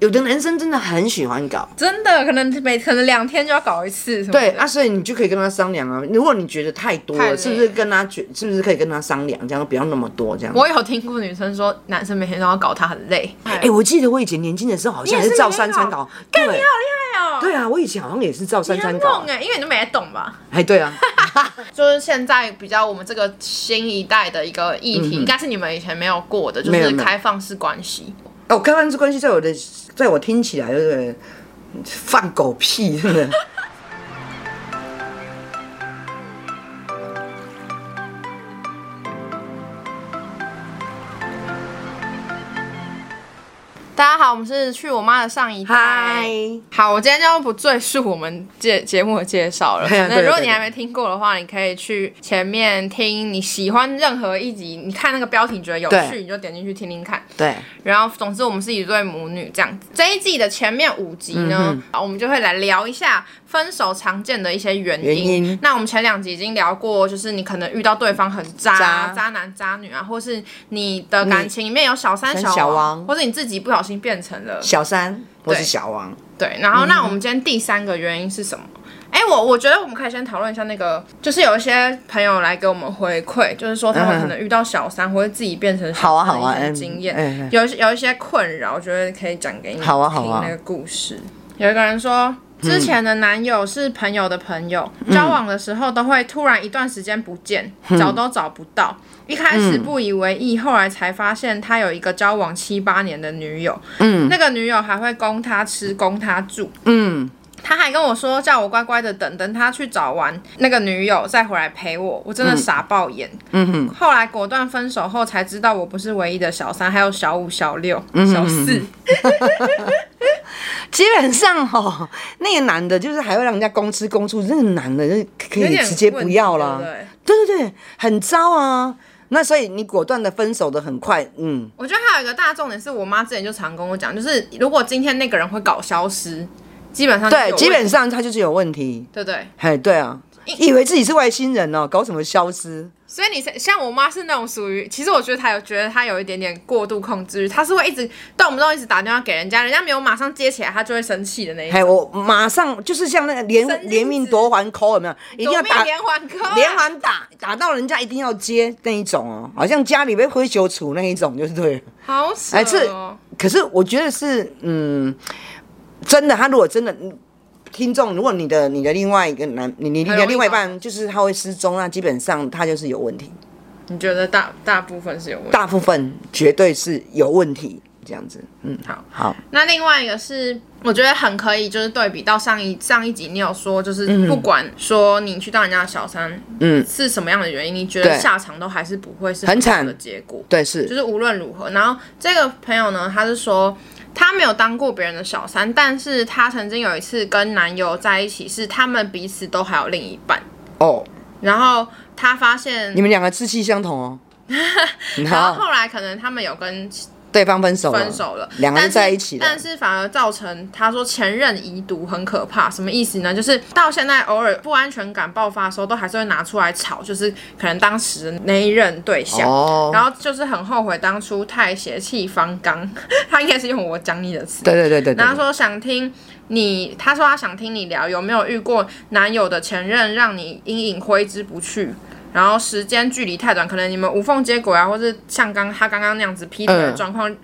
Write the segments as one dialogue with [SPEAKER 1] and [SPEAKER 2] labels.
[SPEAKER 1] 有的男生真的很喜欢搞，
[SPEAKER 2] 真的可能每可能两天就要搞一次什么的，
[SPEAKER 1] 对啊，所以你就可以跟他商量啊。如果你觉得太多
[SPEAKER 2] 太累
[SPEAKER 1] 了，是不是跟他觉是不是可以跟他商量，这样不要那么多这样？
[SPEAKER 2] 我有听过女生说，男生每天都要搞她很累。哎
[SPEAKER 1] 哎、我记得我以前年轻的时候好像
[SPEAKER 2] 你也是
[SPEAKER 1] 照三餐搞，对
[SPEAKER 2] 你好厉害哦！
[SPEAKER 1] 对啊，我以前好像也是照三
[SPEAKER 2] 你要
[SPEAKER 1] 餐搞
[SPEAKER 2] 弄，哎，因为你都没在动吧？
[SPEAKER 1] 哎对啊，
[SPEAKER 2] 就是现在比较我们这个新一代的一个议题，应该是你们以前没有过的，就
[SPEAKER 1] 嗯没有
[SPEAKER 2] 是
[SPEAKER 1] 没有
[SPEAKER 2] 开放式关系。
[SPEAKER 1] 哦，开放式关系在我的在我听起来就是放狗屁，真的。
[SPEAKER 2] 大家好，我们是去我妈的上一代。
[SPEAKER 1] 嗨，
[SPEAKER 2] 好，我今天就不赘述我们介节目的介绍了。
[SPEAKER 1] 对啊对啊
[SPEAKER 2] 那如果你
[SPEAKER 1] 对啊
[SPEAKER 2] 还没听过的话，你可以去前面听，你喜欢任何一集，你看那个标题你觉得有
[SPEAKER 1] 对
[SPEAKER 2] 趣，你就点进去听听看。
[SPEAKER 1] 对，
[SPEAKER 2] 然后，总之我们是一对母女这样子。这一季的前面五集呢，
[SPEAKER 1] 嗯
[SPEAKER 2] 啊我们就会来聊一下分手常见的一些原因。
[SPEAKER 1] 原因
[SPEAKER 2] 那我们前两集已经聊过，就是你可能遇到对方很渣、
[SPEAKER 1] 渣
[SPEAKER 2] 男、渣女啊，或是你的感情里面有小三、
[SPEAKER 1] 三
[SPEAKER 2] 小
[SPEAKER 1] 小王
[SPEAKER 2] 或是你自己不小心变成了
[SPEAKER 1] 小嗯三我是
[SPEAKER 2] 对
[SPEAKER 1] 小王，
[SPEAKER 2] 对。然后，那我们今天第三个原因是什么？哎，我我觉得我们可以先讨论一下那个，就是有一些朋友来给我们回馈，就是说他们
[SPEAKER 1] 嗯
[SPEAKER 2] 可能遇到小三，或者自己变成
[SPEAKER 1] 好
[SPEAKER 2] 小
[SPEAKER 1] 啊
[SPEAKER 2] 三
[SPEAKER 1] 好啊
[SPEAKER 2] 的一些
[SPEAKER 1] 嗯
[SPEAKER 2] 经验，
[SPEAKER 1] 嗯嗯
[SPEAKER 2] 有一些有一些困扰，我觉得可以讲给你
[SPEAKER 1] 好啊好啊
[SPEAKER 2] 听那个故事。有一个人说，之前的男友是朋友的朋友，
[SPEAKER 1] 嗯
[SPEAKER 2] 交往的时候都会突然一段时间不见，找都找不到。一开
[SPEAKER 1] 嗯
[SPEAKER 2] 始不以为意，后来才发现他有一个交往七八年的女友，嗯，那个女友还会供他吃，供他住，
[SPEAKER 1] 嗯，
[SPEAKER 2] 他还跟我说叫我乖乖的等，等他去找完那个女友再回来陪我，我真的傻爆眼。嗯哼。后来果断分手后才知道我不是唯一的小三，还有小五、小六、
[SPEAKER 1] 嗯
[SPEAKER 2] 小四。
[SPEAKER 1] 基本上哦，那个男的就是还会让人家公吃公住，那个男的就是可
[SPEAKER 2] 有
[SPEAKER 1] 以
[SPEAKER 2] 点
[SPEAKER 1] 哎直接不要啦
[SPEAKER 2] 问题对不对，
[SPEAKER 1] 对对对，很糟啊。那所以你果断的分手的很快，嗯，
[SPEAKER 2] 我觉得还有一个大重点是我妈之前就常跟我讲，就是如果今天那个人会搞消失，基本上就是
[SPEAKER 1] 对，
[SPEAKER 2] 有
[SPEAKER 1] 基
[SPEAKER 2] 问
[SPEAKER 1] 本
[SPEAKER 2] 题
[SPEAKER 1] 上他就是有问题，
[SPEAKER 2] 对不对。
[SPEAKER 1] 哎，对啊，以为自己是外星人哦，搞什么消失？
[SPEAKER 2] 所以你是像我妈是那种属于，其实我觉得她有觉得她有一点点过度控制欲，她是会一直动不动一直打电话给人家，人家没有马上接起来，她就会生气的那一种。
[SPEAKER 1] 哎，我马上就是像那个连
[SPEAKER 2] 神经质
[SPEAKER 1] 连命夺环 call 有没有？一定要
[SPEAKER 2] 夺命
[SPEAKER 1] 打
[SPEAKER 2] 连环扣啊，
[SPEAKER 1] 连环打，打到人家一定要接那一种哦，好像家里被灰球处那一种就是对了。
[SPEAKER 2] 好扯、哦！
[SPEAKER 1] 哎这可是我觉得是，嗯，真的，他如果真的。嗯听众，如果你的你的另外一个男，你你你
[SPEAKER 2] 很容
[SPEAKER 1] 的
[SPEAKER 2] 易
[SPEAKER 1] 另外一半就是他会失踪，那基本上他就是有问题，
[SPEAKER 2] 你觉得大大部分是有问题？
[SPEAKER 1] 大部分绝对是有问题这样子。嗯，
[SPEAKER 2] 好
[SPEAKER 1] 好，
[SPEAKER 2] 那另外一个是，我觉得很可以，就是对比到上一上一集，你有说，就是不管说你去当人家的小三，
[SPEAKER 1] 嗯，
[SPEAKER 2] 是什么样的原因，你觉得
[SPEAKER 1] 对
[SPEAKER 2] 下场都还是不会是
[SPEAKER 1] 很
[SPEAKER 2] 好
[SPEAKER 1] 惨
[SPEAKER 2] 的结果。
[SPEAKER 1] 对，
[SPEAKER 2] 就是是无论如何。然后这个朋友呢，他是说他没有当过别人的小三，但是他曾经有一次跟男友在一起，是他们彼此都还有另一半，
[SPEAKER 1] 哦，
[SPEAKER 2] 然后他发现
[SPEAKER 1] 你，们两个志气相同 哦。
[SPEAKER 2] 然后
[SPEAKER 1] 好，
[SPEAKER 2] 后来可能他们有跟
[SPEAKER 1] 对方分手了，
[SPEAKER 2] 分手了，
[SPEAKER 1] 两个
[SPEAKER 2] 但
[SPEAKER 1] 人
[SPEAKER 2] 是
[SPEAKER 1] 在一起了
[SPEAKER 2] 但，是反而造成他说前任遗毒很可怕，什么意思呢？就是到现在偶尔不安全感爆发的时候，都还是会拿出来吵，就是可能当时的那一任对象。
[SPEAKER 1] 哦
[SPEAKER 2] 然后就是很后悔当初太血气方刚， 他应该是用我讲你的词。
[SPEAKER 1] 对对对对对
[SPEAKER 2] 然后，他说想听你，他说他想听你聊有没有遇过男友的前任让你阴影挥之不去，然后时间距离太短，可能你们无缝接轨啊，或是像刚他刚刚那样子劈腿的
[SPEAKER 1] 嗯
[SPEAKER 2] 状况，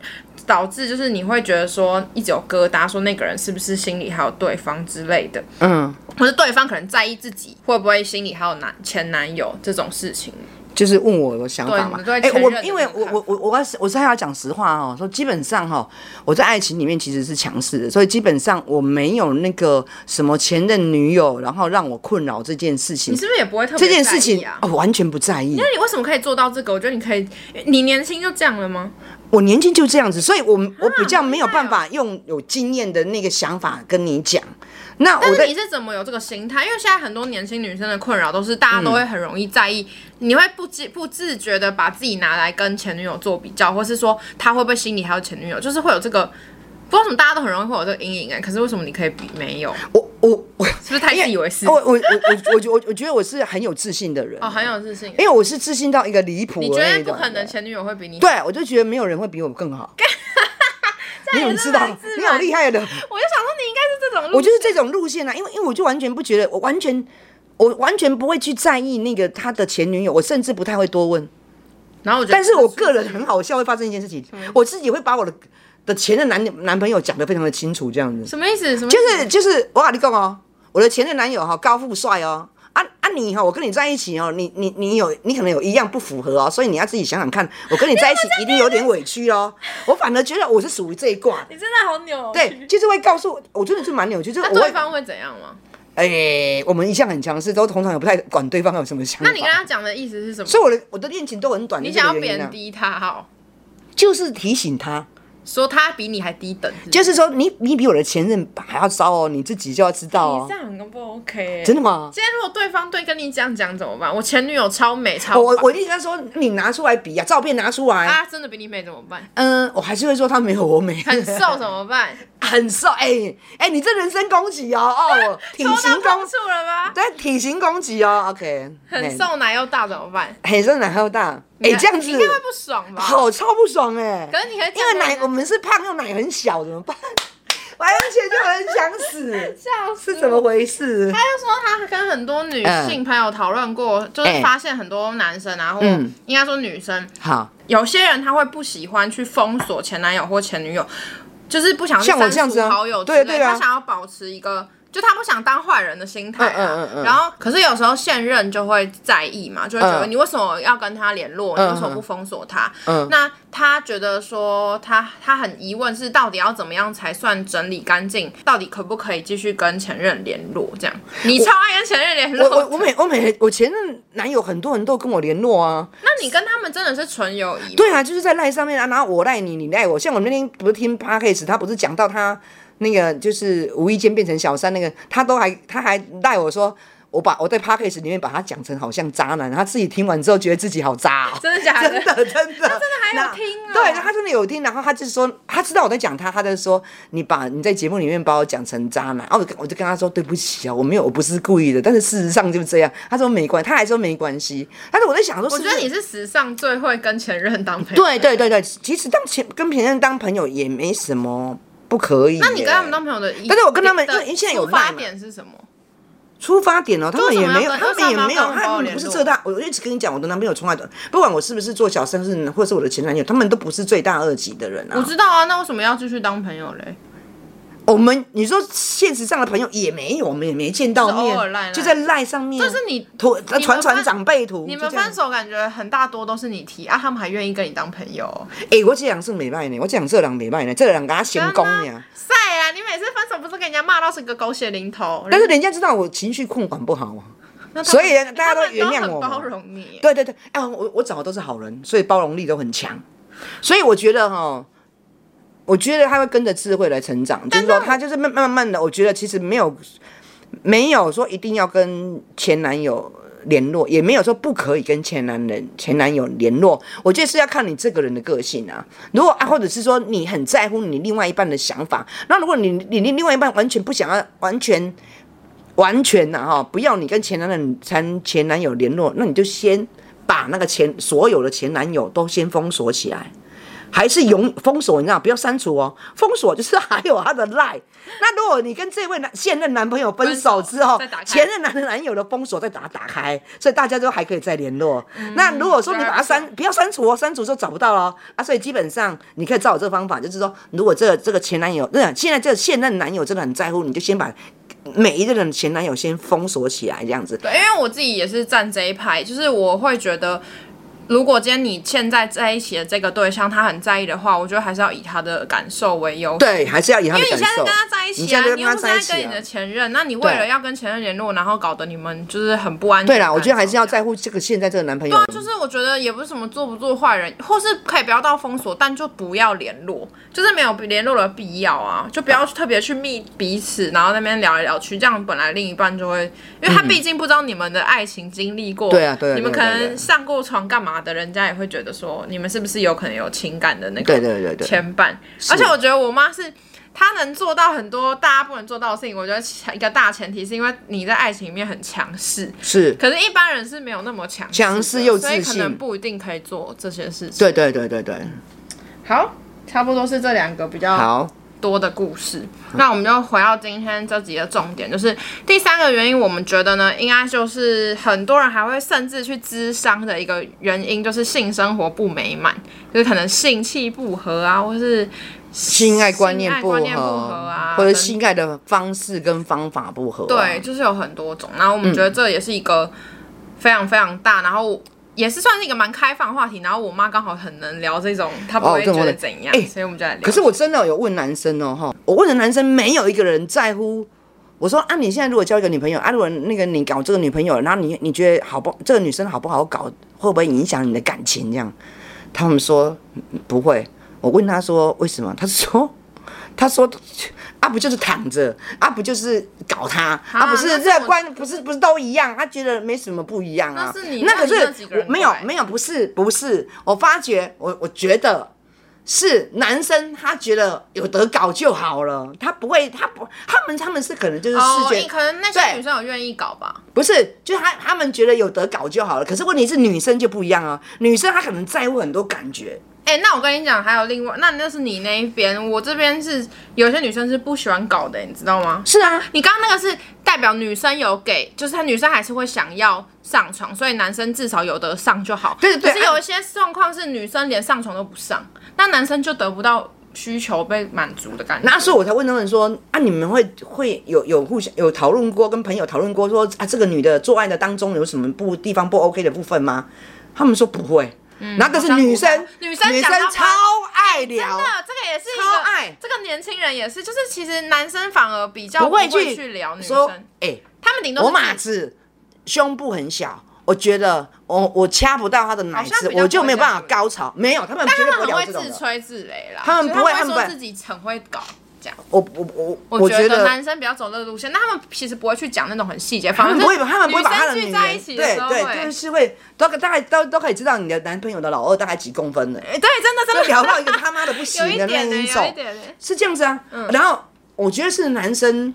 [SPEAKER 2] 导致就是你会觉得说一直有疙瘩，说那个人是不是心里还有对方之类的，
[SPEAKER 1] 嗯，
[SPEAKER 2] 或是对方可能在意自己会不会心里还有男前男友这种事情。
[SPEAKER 1] 就是问我有想法嘛
[SPEAKER 2] 对你？
[SPEAKER 1] 哎、
[SPEAKER 2] 对前任
[SPEAKER 1] 我
[SPEAKER 2] 的
[SPEAKER 1] 因为
[SPEAKER 2] 看
[SPEAKER 1] 我
[SPEAKER 2] 法
[SPEAKER 1] 我我我要是我是还要讲实话哦，说基本上哈、哦，我在爱情里面其实是强势的，所以基本上我没有那个什么前任女友，然后让我困扰这件事情
[SPEAKER 2] 你。是不是也不会特别
[SPEAKER 1] 这件
[SPEAKER 2] 在意
[SPEAKER 1] 事情
[SPEAKER 2] 啊？
[SPEAKER 1] 哦，完全不在意。
[SPEAKER 2] 那你为什么可以做到这个？我觉得你可以，你年轻就这样了吗？
[SPEAKER 1] 我年轻就这样子，所以我我比较没有
[SPEAKER 2] 好厉害哦
[SPEAKER 1] 办法用有经验的那个想法跟你讲。那
[SPEAKER 2] 但
[SPEAKER 1] 我
[SPEAKER 2] 是
[SPEAKER 1] 在
[SPEAKER 2] 你是怎么有这个心态？因为现在很多年轻女生的困扰都是
[SPEAKER 1] 嗯
[SPEAKER 2] 大家都会很容易在意，你会不自不自觉的把自己拿来跟前女友做比较，或是说她会不会心里还有前女友，就是会有这个。不知道为什么大家都很容易会有这个阴影哎、可是为什么你可以比没有？是
[SPEAKER 1] 我我 我
[SPEAKER 2] 不是太自以为是？
[SPEAKER 1] 我
[SPEAKER 2] 哦，
[SPEAKER 1] 我我我我觉我我觉得我是很有自信的人，
[SPEAKER 2] 很有自信。
[SPEAKER 1] 因为哦我是自信到一个离谱的
[SPEAKER 2] 你觉
[SPEAKER 1] 那
[SPEAKER 2] 得
[SPEAKER 1] 一
[SPEAKER 2] 不
[SPEAKER 1] 种
[SPEAKER 2] 可能
[SPEAKER 1] 人。
[SPEAKER 2] 前女友会比你好？
[SPEAKER 1] 对，我就觉得没有人会比我更好。你怎么知道？
[SPEAKER 2] 也是蛮自
[SPEAKER 1] 你
[SPEAKER 2] 然
[SPEAKER 1] 好厉害的。
[SPEAKER 2] 我就想说你应该是这种路，
[SPEAKER 1] 我就是这种路线啊，因为因为我就完全不觉得，我完全我完全不会去在意那个他的前女友，我甚至不太会多问。
[SPEAKER 2] 然后我觉得，
[SPEAKER 1] 但是我个人很好笑，会发生一件事情，我自己会把我的的前任男男朋友讲得非常的清楚，这样子，
[SPEAKER 2] 什么意思？什么意
[SPEAKER 1] 就
[SPEAKER 2] 思
[SPEAKER 1] 是就是我跟你讲哦，我的前任男友哈、高富帅哦。啊啊你哈、我跟你在一起哦，你你你有你可能有一样不符合哦，所以你要自己想想看，我跟你在一起一定有点委屈哦。我反而觉得我是属于这一 挂，
[SPEAKER 2] 你真的好扭曲。哦
[SPEAKER 1] 对，就是会告诉我真的是蛮扭曲，就是
[SPEAKER 2] 那
[SPEAKER 1] 我会
[SPEAKER 2] 对方会怎样吗？
[SPEAKER 1] 哎、我们一向很强势，都通常也不太管对方有什么想法。
[SPEAKER 2] 那你跟他讲的意思是什么？
[SPEAKER 1] 所以我的我的恋情都很短。
[SPEAKER 2] 你
[SPEAKER 1] 就是
[SPEAKER 2] 想要
[SPEAKER 1] 这个原因
[SPEAKER 2] 贬
[SPEAKER 1] 啊，
[SPEAKER 2] 低他哦，
[SPEAKER 1] 就是提醒他，
[SPEAKER 2] 说他比你还低等，是不是
[SPEAKER 1] 就是说你你比我的前任还要糟哦，你自己就要知道
[SPEAKER 2] 你
[SPEAKER 1] 哦
[SPEAKER 2] 这。样很不 OK 欸。
[SPEAKER 1] 真的吗？
[SPEAKER 2] 今天如果对方对跟你这样讲怎么办？我前女友超美超
[SPEAKER 1] 我我
[SPEAKER 2] 棒
[SPEAKER 1] 我一直在说，你拿出来比呀、照片拿出来。
[SPEAKER 2] 啊，真的比你美怎么办？
[SPEAKER 1] 嗯、我还是会说他没有我美，
[SPEAKER 2] 很瘦怎么办？
[SPEAKER 1] 很瘦。哎、哎、你这人身攻击哦， 哦，体
[SPEAKER 2] 说
[SPEAKER 1] 型
[SPEAKER 2] 到
[SPEAKER 1] 攻
[SPEAKER 2] 痛，处了吧？
[SPEAKER 1] 对，体型攻击哦。OK，
[SPEAKER 2] 很，瘦奶又大怎么办？
[SPEAKER 1] 哎很瘦奶还要大。哎、
[SPEAKER 2] 你看
[SPEAKER 1] 这样
[SPEAKER 2] 你应该会
[SPEAKER 1] 子，
[SPEAKER 2] 不爽吧？
[SPEAKER 1] 好超不爽哎、
[SPEAKER 2] 可是啊你可以
[SPEAKER 1] 因为奶我们是胖又奶很小，怎么办？ 完全就很想死，
[SPEAKER 2] 笑死
[SPEAKER 1] 是怎么嗯回事？
[SPEAKER 2] 他就说他跟很多女性朋友讨论过，就是发现很多男生啊，或
[SPEAKER 1] 哎嗯
[SPEAKER 2] 应该说女生，
[SPEAKER 1] 好，
[SPEAKER 2] 有些人他会不喜欢去封锁前男友或前女友，就是不想去
[SPEAKER 1] 像我这样
[SPEAKER 2] 删
[SPEAKER 1] 子
[SPEAKER 2] 除
[SPEAKER 1] 啊
[SPEAKER 2] 好友之
[SPEAKER 1] 对
[SPEAKER 2] 类，
[SPEAKER 1] 啊对啊
[SPEAKER 2] 他想要保持一个。就他不想当坏人的心态、啊，
[SPEAKER 1] 嗯嗯嗯嗯
[SPEAKER 2] 然后可是有时候现任就会在意嘛，就会觉得
[SPEAKER 1] 嗯
[SPEAKER 2] 你为什么要跟他联络，
[SPEAKER 1] 嗯
[SPEAKER 2] 你为什么不封锁他？
[SPEAKER 1] 嗯
[SPEAKER 2] 那他觉得说他他很疑问是到底要怎么样才算整理干净，到底可不可以继续跟前任联络？这样你超爱跟前任联
[SPEAKER 1] 我
[SPEAKER 2] 络，
[SPEAKER 1] 我我每我每我前任男友很多人都跟我联络啊，
[SPEAKER 2] 那你跟他们真的是纯友谊吗？
[SPEAKER 1] 对啊，就是在赖上面啊，然后我赖你，你赖我。像我们那天不是听 podcast，他不是讲到他那个就是无意间变成小三那个，他都还他还赖我说。我把我在 p a c k a g e 里面把他讲成好像渣男，他自己听完之后觉得自己好渣、哦，
[SPEAKER 2] 真的假的啊
[SPEAKER 1] 真的真的，他真的
[SPEAKER 2] 还有听哦
[SPEAKER 1] 对，他真的有听，然后他就说他知道我在讲他，他就说你把你在节目里面把我讲成渣男，啊，我就我就跟他说对不起啊，我没有，我不是故意的，但是事实上就是这样。他说没关，他还说没关系，但是我在想说，
[SPEAKER 2] 我觉得你是史上最会跟前任当朋友。
[SPEAKER 1] 对对对对，其实当前跟别人当朋友也没什么不可以耶。
[SPEAKER 2] 那你跟他们当朋友的意，
[SPEAKER 1] 但是我跟他们
[SPEAKER 2] 的
[SPEAKER 1] 因为因为现在有
[SPEAKER 2] 出发
[SPEAKER 1] Line 嘛
[SPEAKER 2] 点是什么？
[SPEAKER 1] 出发点哦，他们
[SPEAKER 2] 为
[SPEAKER 1] 也
[SPEAKER 2] 什么
[SPEAKER 1] 没有，
[SPEAKER 2] 要跟
[SPEAKER 1] 他们也没
[SPEAKER 2] 为什么要
[SPEAKER 1] 有，
[SPEAKER 2] 跟朋友
[SPEAKER 1] 他们
[SPEAKER 2] 联
[SPEAKER 1] 不是
[SPEAKER 2] 络
[SPEAKER 1] 最大。我一直跟你讲，我的男朋友从来都不管我是不是做小三，是或是我的前男友，他们都不是罪大恶极的人
[SPEAKER 2] 我
[SPEAKER 1] 啊。
[SPEAKER 2] 知道啊，那为什么要继续当朋友嘞？
[SPEAKER 1] 我们你说现实上的朋友也没有，我们也没见到
[SPEAKER 2] 就是偶尔赖
[SPEAKER 1] 面，
[SPEAKER 2] 赖
[SPEAKER 1] 就在赖上面，
[SPEAKER 2] 就是你
[SPEAKER 1] 图
[SPEAKER 2] 你们
[SPEAKER 1] 传传
[SPEAKER 2] 分
[SPEAKER 1] 长辈图。
[SPEAKER 2] 你
[SPEAKER 1] 就
[SPEAKER 2] 们
[SPEAKER 1] 这样
[SPEAKER 2] 分手感觉很大多都是你提啊，他们还愿意跟你当朋友哦。
[SPEAKER 1] 哎、我这人是美败呢，我讲这人美败呢，这人给他行功
[SPEAKER 2] 真
[SPEAKER 1] 呢
[SPEAKER 2] 的。晒啊！你每次分手不是跟人家骂到是个狗血淋头，
[SPEAKER 1] 但是人家知道我情绪控管不好啊。
[SPEAKER 2] 那他们
[SPEAKER 1] 所以大家都
[SPEAKER 2] 他们
[SPEAKER 1] 原谅我嘛
[SPEAKER 2] 很包容你。
[SPEAKER 1] 对对对，哎，我我找的都是好人，所以包容力都很强，所以我觉得哈，我觉得他会跟着智慧来成长，就是说他就是慢慢慢的，我觉得其实没有没有说一定要跟前男友联络，也没有说不可以跟前男人前男友联络，我觉得是要看你这个人的个性啊。如果啊，或者是说你很在乎你另外一半的想法，那如果你你你另外一半完全不想要完全。完全呐、哈，不要你跟前男人前前男友联络，那你就先把那个前所有的前男友都先封锁起来，还是永封锁，你知道不要删除哦，封锁就是还有他的赖。那如果你跟这位男现任男朋友分手之后
[SPEAKER 2] 分手再打开，
[SPEAKER 1] 前任男男友的封锁再打打开，所以大家都还可以再联络。
[SPEAKER 2] 嗯
[SPEAKER 1] 那如果说
[SPEAKER 2] 啊
[SPEAKER 1] 你把它删，不要删除哦，删除之后找不到了啊，所以基本上你可以照我这个方法，就是说，如果这个这个前男友，那现在这个现任男友真的很在乎，你就先把每一个人的前男友先封锁起来，这样子。
[SPEAKER 2] 对，因为我自己也是站这一派，就是我会觉得，如果今天你现在在一起的这个对象他很在意的话，我觉得还是要以他的感受为优先
[SPEAKER 1] 对，还是要以他
[SPEAKER 2] 因
[SPEAKER 1] 的
[SPEAKER 2] 为
[SPEAKER 1] 感
[SPEAKER 2] 你现在
[SPEAKER 1] 受
[SPEAKER 2] 跟。他在一
[SPEAKER 1] 你
[SPEAKER 2] 起
[SPEAKER 1] 现
[SPEAKER 2] 啊，
[SPEAKER 1] 在就
[SPEAKER 2] 你
[SPEAKER 1] 跟
[SPEAKER 2] 又
[SPEAKER 1] 他
[SPEAKER 2] 不是
[SPEAKER 1] 在一
[SPEAKER 2] 跟
[SPEAKER 1] 起
[SPEAKER 2] 你
[SPEAKER 1] 啊
[SPEAKER 2] 的前任，那你为了要跟前任联络，然后搞得你们就是很不安全
[SPEAKER 1] 对
[SPEAKER 2] 感。
[SPEAKER 1] 啦，我觉得还是要在乎这个现在这个男朋友。
[SPEAKER 2] 啊就是我觉得也不是什么做不做坏人，或是可以不要到封锁，但就不要联络，就是没有联络的必要啊，就不要特别去密彼此，然后那边聊来聊去，这样本来另一半就会，因为他毕竟不知道你们的爱情经历过，
[SPEAKER 1] 对啊对啊
[SPEAKER 2] 你们
[SPEAKER 1] 对
[SPEAKER 2] 可
[SPEAKER 1] 啊对啊
[SPEAKER 2] 能上过床干嘛的，人家也会觉得说你们是不是有可能有情感的那个
[SPEAKER 1] 对对对对
[SPEAKER 2] 牵绊，而且我觉得我妈是。她能做到很多大家不能做到的事情，我觉得一个大前提是因为你在爱情里面很强势，
[SPEAKER 1] 是，
[SPEAKER 2] 可是，一般人是没有那么强的
[SPEAKER 1] 强势又自
[SPEAKER 2] 所以可能
[SPEAKER 1] 信
[SPEAKER 2] 不一定可以做这些事情。
[SPEAKER 1] 对对对对对。
[SPEAKER 2] 好，差不多是这两个比较
[SPEAKER 1] 好，
[SPEAKER 2] 多的故事。那我们就回到今天这集的重点，就是第三个原因，我们觉得呢，应该就是很多人还会甚至去咨商的一个原因，就是性生活不美满，就是可能性气不合啊，或是
[SPEAKER 1] 性爱观念
[SPEAKER 2] 性爱
[SPEAKER 1] 不
[SPEAKER 2] 观
[SPEAKER 1] 合，
[SPEAKER 2] 念不合啊
[SPEAKER 1] 或者
[SPEAKER 2] 等
[SPEAKER 1] 性爱的方式跟方法不合、啊
[SPEAKER 2] 对，，就是有很多种。然后我们
[SPEAKER 1] 嗯
[SPEAKER 2] 觉得这也是一个非常非常大，然后也是算是一个蛮开放的话题。然后我妈刚好很能聊这种，她不
[SPEAKER 1] 哦
[SPEAKER 2] 会
[SPEAKER 1] 这种
[SPEAKER 2] 觉得
[SPEAKER 1] 的
[SPEAKER 2] 怎样，
[SPEAKER 1] 哎
[SPEAKER 2] 所以我们就来聊。
[SPEAKER 1] 可是我真的有问男生哦，哈，我问的男生没有一个人在乎。我说啊，你现在如果交一个女朋友，啊，如果那个你搞这个女朋友，然后你你觉得好不？这个女生好不好搞，会不会影响你的感情？这样，他们说嗯不会。我问他说为什么？他说 他说啊，不就是躺着啊，不就是搞他啊，不
[SPEAKER 2] 那
[SPEAKER 1] 是
[SPEAKER 2] 是
[SPEAKER 1] 这
[SPEAKER 2] 我
[SPEAKER 1] 观不是不是都一样？他觉得没什么不一样啊。
[SPEAKER 2] 那是你
[SPEAKER 1] 那可
[SPEAKER 2] 那你那
[SPEAKER 1] 是
[SPEAKER 2] 几个人
[SPEAKER 1] 我没有
[SPEAKER 2] 怪
[SPEAKER 1] 没有不是不是，我发觉我我觉得是男生，他觉得有得搞就好了，他不会，他不，他们他们是可能就是视
[SPEAKER 2] 哦，
[SPEAKER 1] 觉、
[SPEAKER 2] 你可能那
[SPEAKER 1] 对
[SPEAKER 2] 些女生有愿意搞吧？
[SPEAKER 1] 不是，就是他他们觉得有得搞就好了。可是问题是女生就不一样啊，女生她可能在乎很多感觉，
[SPEAKER 2] 哎、那我跟你讲，还有另外，那那是你那一边，我这边是有些女生是不喜欢搞的，你知道吗？
[SPEAKER 1] 是啊，
[SPEAKER 2] 你刚刚那个是代表女生有给，就是她女生还是会想要上床，所以男生至少有得上就好。
[SPEAKER 1] 对啊对
[SPEAKER 2] 可是有一些状况是女生连上床都不上，那男生就得不到需求被满足的感觉。
[SPEAKER 1] 那所以我才问他们说啊，你们会会有有互相有讨论过，跟朋友讨论过说啊，这个女的做爱的当中有什么不地方不 OK 的部分吗？他们说不会，然后但是
[SPEAKER 2] 嗯好像
[SPEAKER 1] 女
[SPEAKER 2] 不会啊
[SPEAKER 1] 生
[SPEAKER 2] 女生
[SPEAKER 1] 女
[SPEAKER 2] 讲
[SPEAKER 1] 生
[SPEAKER 2] 到
[SPEAKER 1] 超爱聊，
[SPEAKER 2] 真的，这个也是一个
[SPEAKER 1] 啊超爱
[SPEAKER 2] 这个年轻人也是，就是其实男生反而比较
[SPEAKER 1] 不会
[SPEAKER 2] 去
[SPEAKER 1] 去
[SPEAKER 2] 聊女
[SPEAKER 1] 说
[SPEAKER 2] 生，
[SPEAKER 1] 哎、
[SPEAKER 2] 他们顶多
[SPEAKER 1] 我
[SPEAKER 2] 是自
[SPEAKER 1] 马子胸部很小，我觉得我我掐不到他的奶
[SPEAKER 2] 好像
[SPEAKER 1] 子
[SPEAKER 2] 比，较
[SPEAKER 1] 我就没有
[SPEAKER 2] 不会这
[SPEAKER 1] 办
[SPEAKER 2] 样
[SPEAKER 1] 法高潮。没有，他们绝
[SPEAKER 2] 但
[SPEAKER 1] 对
[SPEAKER 2] 他
[SPEAKER 1] 不
[SPEAKER 2] 们
[SPEAKER 1] 会聊这
[SPEAKER 2] 很会
[SPEAKER 1] 种
[SPEAKER 2] 自
[SPEAKER 1] 的。
[SPEAKER 2] 吹自擂啦，
[SPEAKER 1] 他们
[SPEAKER 2] 就
[SPEAKER 1] 不会
[SPEAKER 2] 会
[SPEAKER 1] 他们
[SPEAKER 2] 说
[SPEAKER 1] 不
[SPEAKER 2] 自己很会搞这样。
[SPEAKER 1] 我我我
[SPEAKER 2] 我
[SPEAKER 1] 觉
[SPEAKER 2] 得
[SPEAKER 1] 得
[SPEAKER 2] 男生比较走那个路线，但他们其实不会去讲那种很细节，
[SPEAKER 1] 他
[SPEAKER 2] 反而
[SPEAKER 1] 们
[SPEAKER 2] 是
[SPEAKER 1] 不会，他们不会把他的女
[SPEAKER 2] 女生聚
[SPEAKER 1] 人
[SPEAKER 2] 在一起的
[SPEAKER 1] 对
[SPEAKER 2] 时候
[SPEAKER 1] 对，
[SPEAKER 2] 会
[SPEAKER 1] 就是会都大概都都可以知道你的男朋友的老二大概几公分了，
[SPEAKER 2] 哎对，真的真
[SPEAKER 1] 就
[SPEAKER 2] 的
[SPEAKER 1] 聊到一个他妈的不
[SPEAKER 2] 有
[SPEAKER 1] 行
[SPEAKER 2] 一
[SPEAKER 1] 的那
[SPEAKER 2] 点呢，欸有
[SPEAKER 1] 一
[SPEAKER 2] 一
[SPEAKER 1] 种
[SPEAKER 2] 点。嗯呢。
[SPEAKER 1] 是这样子啊。然后我觉得是男生，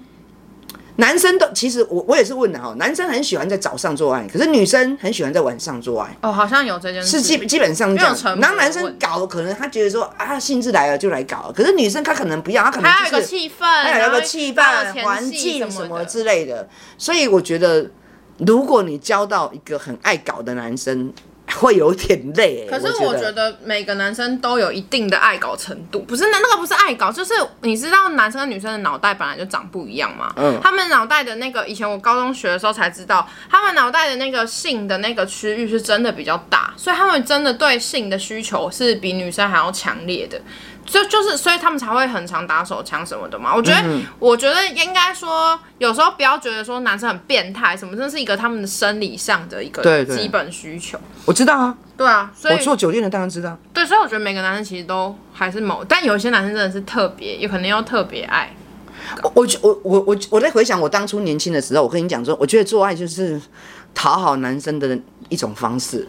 [SPEAKER 1] 男生都其实我我也是问的哈，男生很喜欢在早上做爱，可是女生很喜欢在晚上做爱。
[SPEAKER 2] 哦，好像有这件
[SPEAKER 1] 是
[SPEAKER 2] 事，
[SPEAKER 1] 基基本上这
[SPEAKER 2] 嗯没有
[SPEAKER 1] 样
[SPEAKER 2] 成，本
[SPEAKER 1] 然后男
[SPEAKER 2] 问
[SPEAKER 1] 生
[SPEAKER 2] 题
[SPEAKER 1] 搞，可能他觉得说啊，兴致来了就来搞，可是女生她可能不要，她可能
[SPEAKER 2] 还有一
[SPEAKER 1] 就
[SPEAKER 2] 个
[SPEAKER 1] 是
[SPEAKER 2] 气氛，
[SPEAKER 1] 还有
[SPEAKER 2] 然
[SPEAKER 1] 一
[SPEAKER 2] 后
[SPEAKER 1] 个气
[SPEAKER 2] 还有
[SPEAKER 1] 氛、
[SPEAKER 2] 前
[SPEAKER 1] 环
[SPEAKER 2] 戏
[SPEAKER 1] 境什
[SPEAKER 2] 什
[SPEAKER 1] 么
[SPEAKER 2] 的
[SPEAKER 1] 之类的，所以我觉得，如果你交到一个很爱搞的男生， 会有点累、欸。
[SPEAKER 2] 可是
[SPEAKER 1] 我
[SPEAKER 2] 我觉得每个男生都有一定的爱搞程度，不是那那个不是爱搞，就是你知道男生跟女生的脑袋本来就长不一样嘛。
[SPEAKER 1] 嗯
[SPEAKER 2] 他们脑袋的那个，以前我高中学的时候才知道，他们脑袋的那个性的那个区域是真的比较大，所以他们真的对性的需求是比女生还要强烈的。就就是，所以他们才会很常打手枪什么的嘛。我觉得，我觉得应该说，有时候不要觉得说男生很变态什么，这是一个他们的生理上的一个
[SPEAKER 1] 对对
[SPEAKER 2] 基本需求。
[SPEAKER 1] 我知道啊，
[SPEAKER 2] 对啊，所以
[SPEAKER 1] 我做酒店的当然知道，
[SPEAKER 2] 对，所以我觉得每个男生其实都还是某，但有些男生真的是特别，有可能要特别爱。
[SPEAKER 1] 我我我我我我在回想我当初年轻的时候，我跟你讲说，我觉得做爱就是讨好男生的一种方式。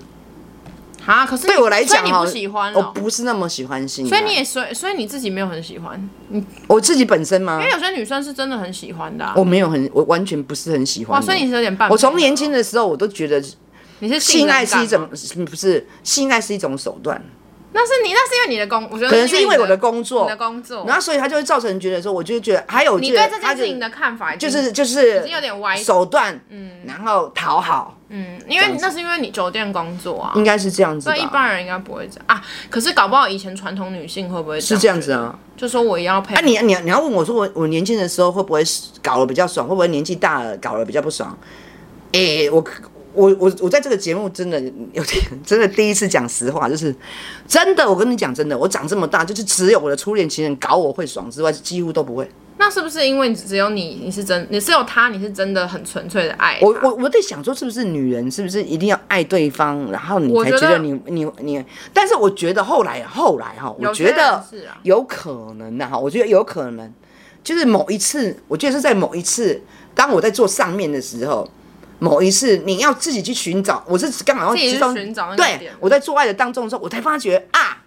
[SPEAKER 2] 啊，可是
[SPEAKER 1] 对
[SPEAKER 2] 你
[SPEAKER 1] 我来讲
[SPEAKER 2] 所以你
[SPEAKER 1] 哈，
[SPEAKER 2] 哦不喜欢
[SPEAKER 1] 我
[SPEAKER 2] 了，
[SPEAKER 1] 不是那么喜欢性爱，啊
[SPEAKER 2] 所以你也所以所以你自己没有很喜欢，
[SPEAKER 1] 我自己本身吗
[SPEAKER 2] 因？为有些女生是真的很喜欢的、啊。
[SPEAKER 1] 我没有很，我完全不是很喜欢
[SPEAKER 2] 哇，
[SPEAKER 1] 的。
[SPEAKER 2] 哦所以你是有点半。哦
[SPEAKER 1] 我从年轻，的时候，我都觉得
[SPEAKER 2] 你是
[SPEAKER 1] 性爱
[SPEAKER 2] 能感
[SPEAKER 1] 是一
[SPEAKER 2] 吗，
[SPEAKER 1] 种嗯不是性爱是一种手段，
[SPEAKER 2] 那是你，那是因为你的工，我觉得
[SPEAKER 1] 可能是因为
[SPEAKER 2] 你
[SPEAKER 1] 我的工
[SPEAKER 2] 你
[SPEAKER 1] 作
[SPEAKER 2] 的，工作，
[SPEAKER 1] 然后所以他就会造成觉得说，我就觉得还有
[SPEAKER 2] 你
[SPEAKER 1] 觉
[SPEAKER 2] 对
[SPEAKER 1] 得
[SPEAKER 2] 这
[SPEAKER 1] 他
[SPEAKER 2] 件事情的看法已
[SPEAKER 1] 就
[SPEAKER 2] 经
[SPEAKER 1] 是就
[SPEAKER 2] 已
[SPEAKER 1] 是
[SPEAKER 2] 经有点歪，
[SPEAKER 1] 手段，嗯，然后讨好，
[SPEAKER 2] 嗯，因为那是因为你酒店工作啊，
[SPEAKER 1] 应该是这样子
[SPEAKER 2] 所以一
[SPEAKER 1] 吧？
[SPEAKER 2] 般人应该不会这样啊。可是搞不好以前传统女性会不会
[SPEAKER 1] 是这样子
[SPEAKER 2] 觉得，
[SPEAKER 1] 啊。
[SPEAKER 2] 就说我也要配
[SPEAKER 1] 啊，你你你要问我说我我年轻的时候会不会搞得比较爽，会不会年纪大了搞得比较不爽？诶、我我我我在这个节目真的有点真的第一次讲实话，就是真的，我跟你讲真的，我长这么大，就是只有我的初恋情人搞我会爽之外，几乎都不会。
[SPEAKER 2] 那是不是因为只有你，你是真，你是有他，你是真的很纯粹的爱他
[SPEAKER 1] 我我我在想说，是不是女人是不是一定要爱对方，然后你
[SPEAKER 2] 我
[SPEAKER 1] 才
[SPEAKER 2] 觉
[SPEAKER 1] 觉
[SPEAKER 2] 得
[SPEAKER 1] 得你你你？但是我觉得后来后来哈，我
[SPEAKER 2] 有些
[SPEAKER 1] 觉得
[SPEAKER 2] 人是啊，
[SPEAKER 1] 有可能的哈，我觉得有可能，就是某一次，我觉得是在某一次，当我在做上面的时候，某一次你要自己去寻找，我是刚好要
[SPEAKER 2] 自己去
[SPEAKER 1] 知道
[SPEAKER 2] 寻找那个
[SPEAKER 1] 对
[SPEAKER 2] 点，
[SPEAKER 1] 我在做爱的当中的时候，我才发觉啊，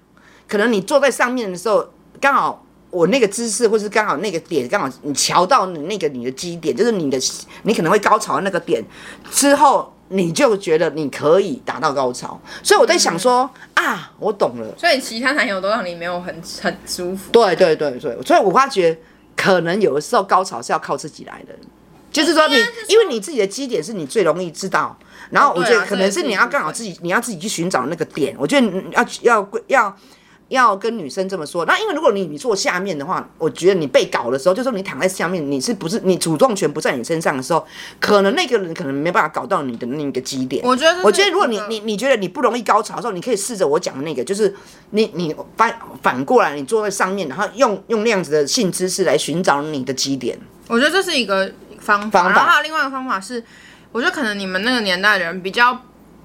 [SPEAKER 1] 可能你坐在上面的时候，刚好我那个姿势，或是刚好那个点，刚好你瞧到你那个你的基点，就是你的你可能会高潮的那个点之后，你就觉得你可以达到高潮。所以我在想说、啊，我懂了。
[SPEAKER 2] 所以其他男友都让你没有很 很舒服。
[SPEAKER 1] 对对对对，所以我发觉可能有的时候高潮是要靠自己来的，哦就是说你哦
[SPEAKER 2] 对啊可是
[SPEAKER 1] 因为你自己的基点是你最容易知道，然后我觉
[SPEAKER 2] 对啊
[SPEAKER 1] 得可能是你要刚好自己你要自己去寻找那个点，我觉得你要要要。要跟女生这么说，那因为如果你你坐下面的话，我觉得你被搞的时候，就说你躺在下面，你是不是你主动权不在你身上的时候，可能那个人可能没办法搞到你的那个基点。
[SPEAKER 2] 我觉得这是
[SPEAKER 1] 我觉得如果你
[SPEAKER 2] 一个
[SPEAKER 1] 你你觉得你不容易高潮的时候，你可以试着我讲的那个，就是你你反反过来，你坐在上面，然后用用那样子的性知识来寻找你的基点。
[SPEAKER 2] 我觉得这是一个方法，
[SPEAKER 1] 方法
[SPEAKER 2] 然后还有另外一个方法是，我觉得可能你们那个年代的人比较，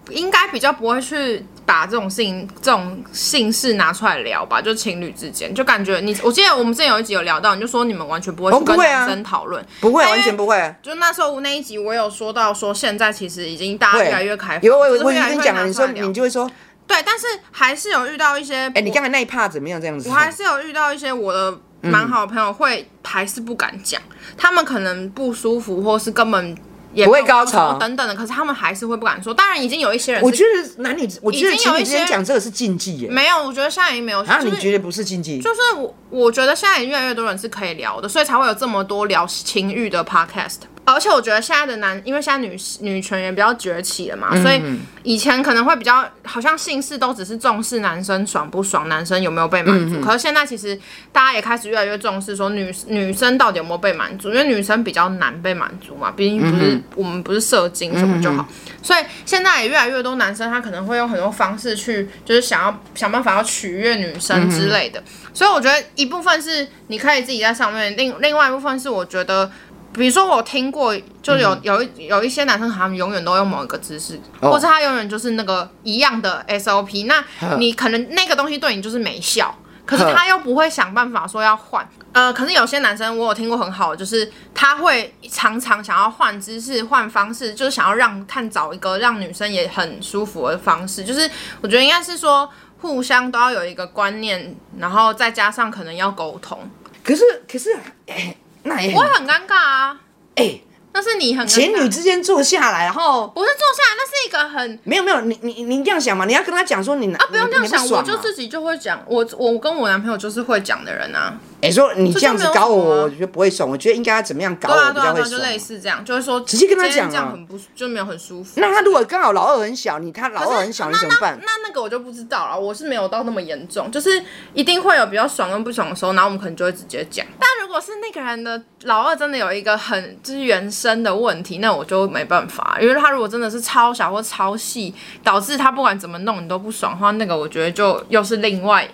[SPEAKER 2] 应该比较不会去把这种事情、这种性事拿出来聊吧，就情侣之间，就感觉你，我记得我们之前有一集有聊到，你就说你们完全不会
[SPEAKER 1] 哦
[SPEAKER 2] 去跟
[SPEAKER 1] 不会啊
[SPEAKER 2] 男生讨论，
[SPEAKER 1] 不会，
[SPEAKER 2] 因为
[SPEAKER 1] 完全不会。
[SPEAKER 2] 就那时候那一集我有说到说，现在其实已经大家越来越开放，
[SPEAKER 1] 有我
[SPEAKER 2] 就是
[SPEAKER 1] 我
[SPEAKER 2] 越
[SPEAKER 1] 已
[SPEAKER 2] 来
[SPEAKER 1] 经跟
[SPEAKER 2] 越
[SPEAKER 1] 你讲了，
[SPEAKER 2] 拿
[SPEAKER 1] 你
[SPEAKER 2] 出来
[SPEAKER 1] 说
[SPEAKER 2] 聊
[SPEAKER 1] 你就会说，
[SPEAKER 2] 对，但是还是有遇到一些，哎
[SPEAKER 1] 哎，你刚才那一趴怎么样？这样子。哦
[SPEAKER 2] 我还是有遇到一些我的蛮好的朋友会还是不敢讲，他们可能不舒服，或是根本
[SPEAKER 1] 嗯
[SPEAKER 2] 也
[SPEAKER 1] 不会
[SPEAKER 2] 没有
[SPEAKER 1] 高
[SPEAKER 2] 高
[SPEAKER 1] 潮
[SPEAKER 2] 等等的，可是他们还是会不敢说。当然，已经有一些人
[SPEAKER 1] 我
[SPEAKER 2] 是
[SPEAKER 1] 觉得男女，我觉得
[SPEAKER 2] 已经
[SPEAKER 1] 情
[SPEAKER 2] 有一
[SPEAKER 1] 侣
[SPEAKER 2] 些
[SPEAKER 1] 之间讲这个是禁忌耶。
[SPEAKER 2] 没有，我觉得现在已经没有，
[SPEAKER 1] 然后
[SPEAKER 2] 就
[SPEAKER 1] 啊你
[SPEAKER 2] 是
[SPEAKER 1] 觉得不是禁忌？
[SPEAKER 2] 就是我，我觉得现在越来越多人是可以聊的，所以才会有这么多聊情欲的 podcast。而且我觉得现在的男，因为现在女女权也比较崛起了嘛，所以以前可能会比较好像性事都只是重视男生爽不爽，男生有没有被满足。可是现在其实大家也开始越来越重视说女女生到底有没有被满足，因为女生比较难被满足嘛，毕竟不是、我们不是射精什么就好。所以现在也越来越多男生，他可能会用很多方式去，就是想要想办法要取悦女生之类的。所以我觉得一部分是你可以自己在上面，另另外一部分是我觉得，比如说我听过，就有、有一有一些男生他们永远都用某一个姿势，
[SPEAKER 1] 哦
[SPEAKER 2] 或是他永远就是那个一样的 SOP，那你可能那个东西对你就是没效。可是
[SPEAKER 1] 呵
[SPEAKER 2] 他又不会想办法说要换，呃，可是有些男生我有听过很好的，就是他会常常想要换姿势、换方式，就是想要让看找一个让女生也很舒服的方式。就是我觉得应该是说互相都要有一个观念，然后再加上可能要沟通，
[SPEAKER 1] 可是可是，哎，那也
[SPEAKER 2] 我
[SPEAKER 1] 很
[SPEAKER 2] 会很尴尬啊。
[SPEAKER 1] 哎，
[SPEAKER 2] 那是你很尴尬
[SPEAKER 1] 情侣之间坐下来，然后
[SPEAKER 2] 不是坐下来，那是一个很
[SPEAKER 1] 没有没有，你你你这样想嘛？你要跟他讲说你啊
[SPEAKER 2] 不用这样想，我就
[SPEAKER 1] 哎
[SPEAKER 2] 自己就会讲，我我跟我男朋友就是会讲的人啊。，
[SPEAKER 1] 诶哎说你这样子搞
[SPEAKER 2] 这就没有什么啊
[SPEAKER 1] 我，我觉得不会爽。我觉得应该要怎么样搞
[SPEAKER 2] 对啊
[SPEAKER 1] 我比
[SPEAKER 2] 对啊
[SPEAKER 1] 较
[SPEAKER 2] 对
[SPEAKER 1] 会
[SPEAKER 2] 啊，就
[SPEAKER 1] 爽。
[SPEAKER 2] 类似这样，就会说直
[SPEAKER 1] 接跟他讲啊
[SPEAKER 2] 这样很不就没有很舒服。
[SPEAKER 1] 那他如果刚好老二很小，你他老二很小，你
[SPEAKER 2] 那
[SPEAKER 1] 怎么办
[SPEAKER 2] 那？那那个我就不知道了，我是没有到那么严重，就是一定会有比较爽跟不爽的时候，然后我们可能就会直接讲。但如果是那个人的老二真的有一个很就是原生的问题，那我就没办法，因为他如果真的是超小或超细，导致他不管怎么弄你都不爽的话，那个我觉得就又是另外。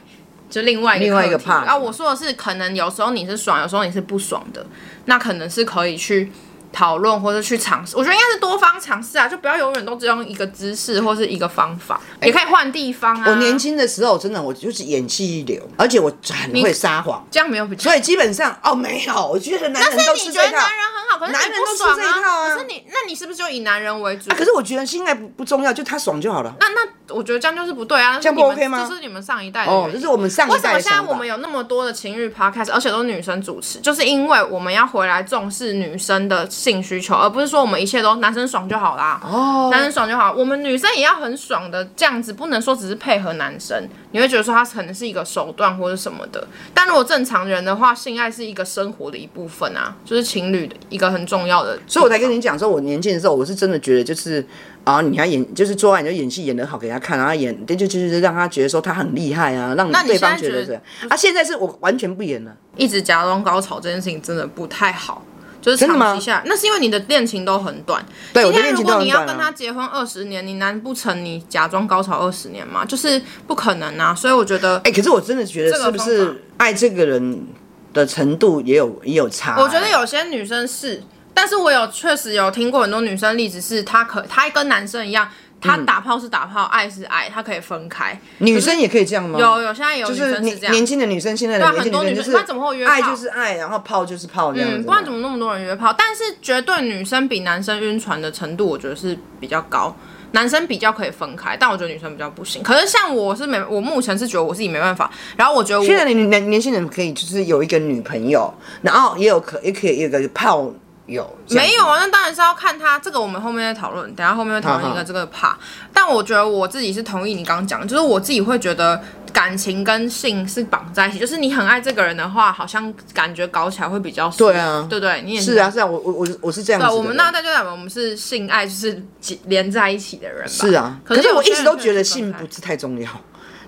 [SPEAKER 2] 就另外一个
[SPEAKER 1] 另外一个
[SPEAKER 2] 课题
[SPEAKER 1] part
[SPEAKER 2] 啊，我说的是，可能有时候你是爽，有时候你是不爽的，那可能是可以去讨论或者去尝试。我觉得应该是多方尝试啊，就不要永远都只用一个姿势或是一个方法，也可以换地方啊。
[SPEAKER 1] 哎我年轻的时候真的我就是演技一流，而且我很会撒谎，
[SPEAKER 2] 这样没有比较
[SPEAKER 1] 所。以基本上哦没有，我觉得男
[SPEAKER 2] 但
[SPEAKER 1] 人都
[SPEAKER 2] 是
[SPEAKER 1] 吃
[SPEAKER 2] 你觉得
[SPEAKER 1] 这套。
[SPEAKER 2] 男人很好，可是
[SPEAKER 1] 男
[SPEAKER 2] 你
[SPEAKER 1] 人
[SPEAKER 2] 不
[SPEAKER 1] 都吃
[SPEAKER 2] 爽
[SPEAKER 1] 这一套啊
[SPEAKER 2] 可是你，那你是不是就以男人为主？
[SPEAKER 1] 啊可是我觉得性爱不不重要，就他爽就好了。
[SPEAKER 2] 那那我觉得这样就是不对啊，这
[SPEAKER 1] 样不 OK 吗
[SPEAKER 2] 这是你们上一代的
[SPEAKER 1] 哦，这
[SPEAKER 2] 原因
[SPEAKER 1] 是我们上
[SPEAKER 2] 为
[SPEAKER 1] 一
[SPEAKER 2] 什
[SPEAKER 1] 代
[SPEAKER 2] 么
[SPEAKER 1] 的
[SPEAKER 2] 现在
[SPEAKER 1] 想
[SPEAKER 2] 我
[SPEAKER 1] 法
[SPEAKER 2] 们。有那么多的情欲 podcast，而且都是女生主持，就是因为我们要回来重视女生的性需求，而不是说我们一切都男生爽就好啦。
[SPEAKER 1] 哦，
[SPEAKER 2] 男生爽就好，我们女生也要很爽的，这样子不能说只是配合男生，你会觉得说他可能是一个手段或者什么的。但如果正常人的话，性爱是一个生活的一部分啊，就是情侣的一个很重要的。
[SPEAKER 1] 所以我才跟你讲说，我年轻的时候，我是真的觉得就是啊，你要演，就是做爱你就演戏演得好给他看，然后演就就就是让他觉得说他很厉害啊，让
[SPEAKER 2] 那你
[SPEAKER 1] 对方
[SPEAKER 2] 现在
[SPEAKER 1] 觉得
[SPEAKER 2] 觉
[SPEAKER 1] 是
[SPEAKER 2] 得
[SPEAKER 1] 啊，现在是我完全不演了。
[SPEAKER 2] 一直假装高潮这件事情真的不太好，就是
[SPEAKER 1] 真的吗
[SPEAKER 2] 长期下来，那是因为你的恋情都很短。
[SPEAKER 1] 对，我
[SPEAKER 2] 今
[SPEAKER 1] 的恋
[SPEAKER 2] 天如
[SPEAKER 1] 情都
[SPEAKER 2] 果你
[SPEAKER 1] 很
[SPEAKER 2] 要
[SPEAKER 1] 短
[SPEAKER 2] 跟他
[SPEAKER 1] 啊。
[SPEAKER 2] 结婚二十年，你难不成你假装高潮二十年吗？就是不可能啊！所以我觉得，
[SPEAKER 1] 哎、可是我真的觉得
[SPEAKER 2] 这个
[SPEAKER 1] 是不
[SPEAKER 2] 方法
[SPEAKER 1] 是爱这个人的程度也有也有差、啊
[SPEAKER 2] 我觉得有些女生是，但是我有确实有听过很多女生例子是，她可她跟男生一样，她打炮是打炮，爱是爱，她可以分开。
[SPEAKER 1] 女生也可以这样吗？
[SPEAKER 2] 有有现在有
[SPEAKER 1] 嗯就
[SPEAKER 2] 女
[SPEAKER 1] 是
[SPEAKER 2] 生
[SPEAKER 1] 年
[SPEAKER 2] 这样，
[SPEAKER 1] 年轻的女生，现在的
[SPEAKER 2] 啊
[SPEAKER 1] 年轻
[SPEAKER 2] 很多
[SPEAKER 1] 女
[SPEAKER 2] 女
[SPEAKER 1] 生
[SPEAKER 2] 生
[SPEAKER 1] 就是
[SPEAKER 2] 那怎么会约
[SPEAKER 1] 爱
[SPEAKER 2] 炮
[SPEAKER 1] 就是爱，然后泡就是泡这样子嘛。
[SPEAKER 2] 嗯，不然怎么那么多人约炮？但是绝对女生比男生晕船的程度，我觉得是比较高。男生比较可以分开，但我觉得女生比较不行。可是像我是没，我目前是觉得我自己没办法。然后我觉得我
[SPEAKER 1] 现在你年年轻人可以就是有一个女朋友，然后也有可也可以有一个泡有这样
[SPEAKER 2] 没有啊，那当然是要看他这个，我们后面再讨论。等一下后面会讨论一
[SPEAKER 1] 好好
[SPEAKER 2] 个这个怕，但我觉得我自己是同意你刚刚讲的，就是我自己会觉得感情跟性是绑在一起，就是你很爱这个人的话，好像感觉搞起来会比较舒服
[SPEAKER 1] 对啊
[SPEAKER 2] 对不对？你也
[SPEAKER 1] 是啊，是啊，我我我我是这样子
[SPEAKER 2] 对，啊
[SPEAKER 1] 的人。
[SPEAKER 2] 我们那代就代表我们是性爱就是结连在一起的人吧。
[SPEAKER 1] 是啊，
[SPEAKER 2] 可
[SPEAKER 1] 可是我
[SPEAKER 2] 有些
[SPEAKER 1] 一
[SPEAKER 2] 人
[SPEAKER 1] 直都
[SPEAKER 2] 真的
[SPEAKER 1] 觉得
[SPEAKER 2] 是
[SPEAKER 1] 性
[SPEAKER 2] 分开
[SPEAKER 1] 不是太重要，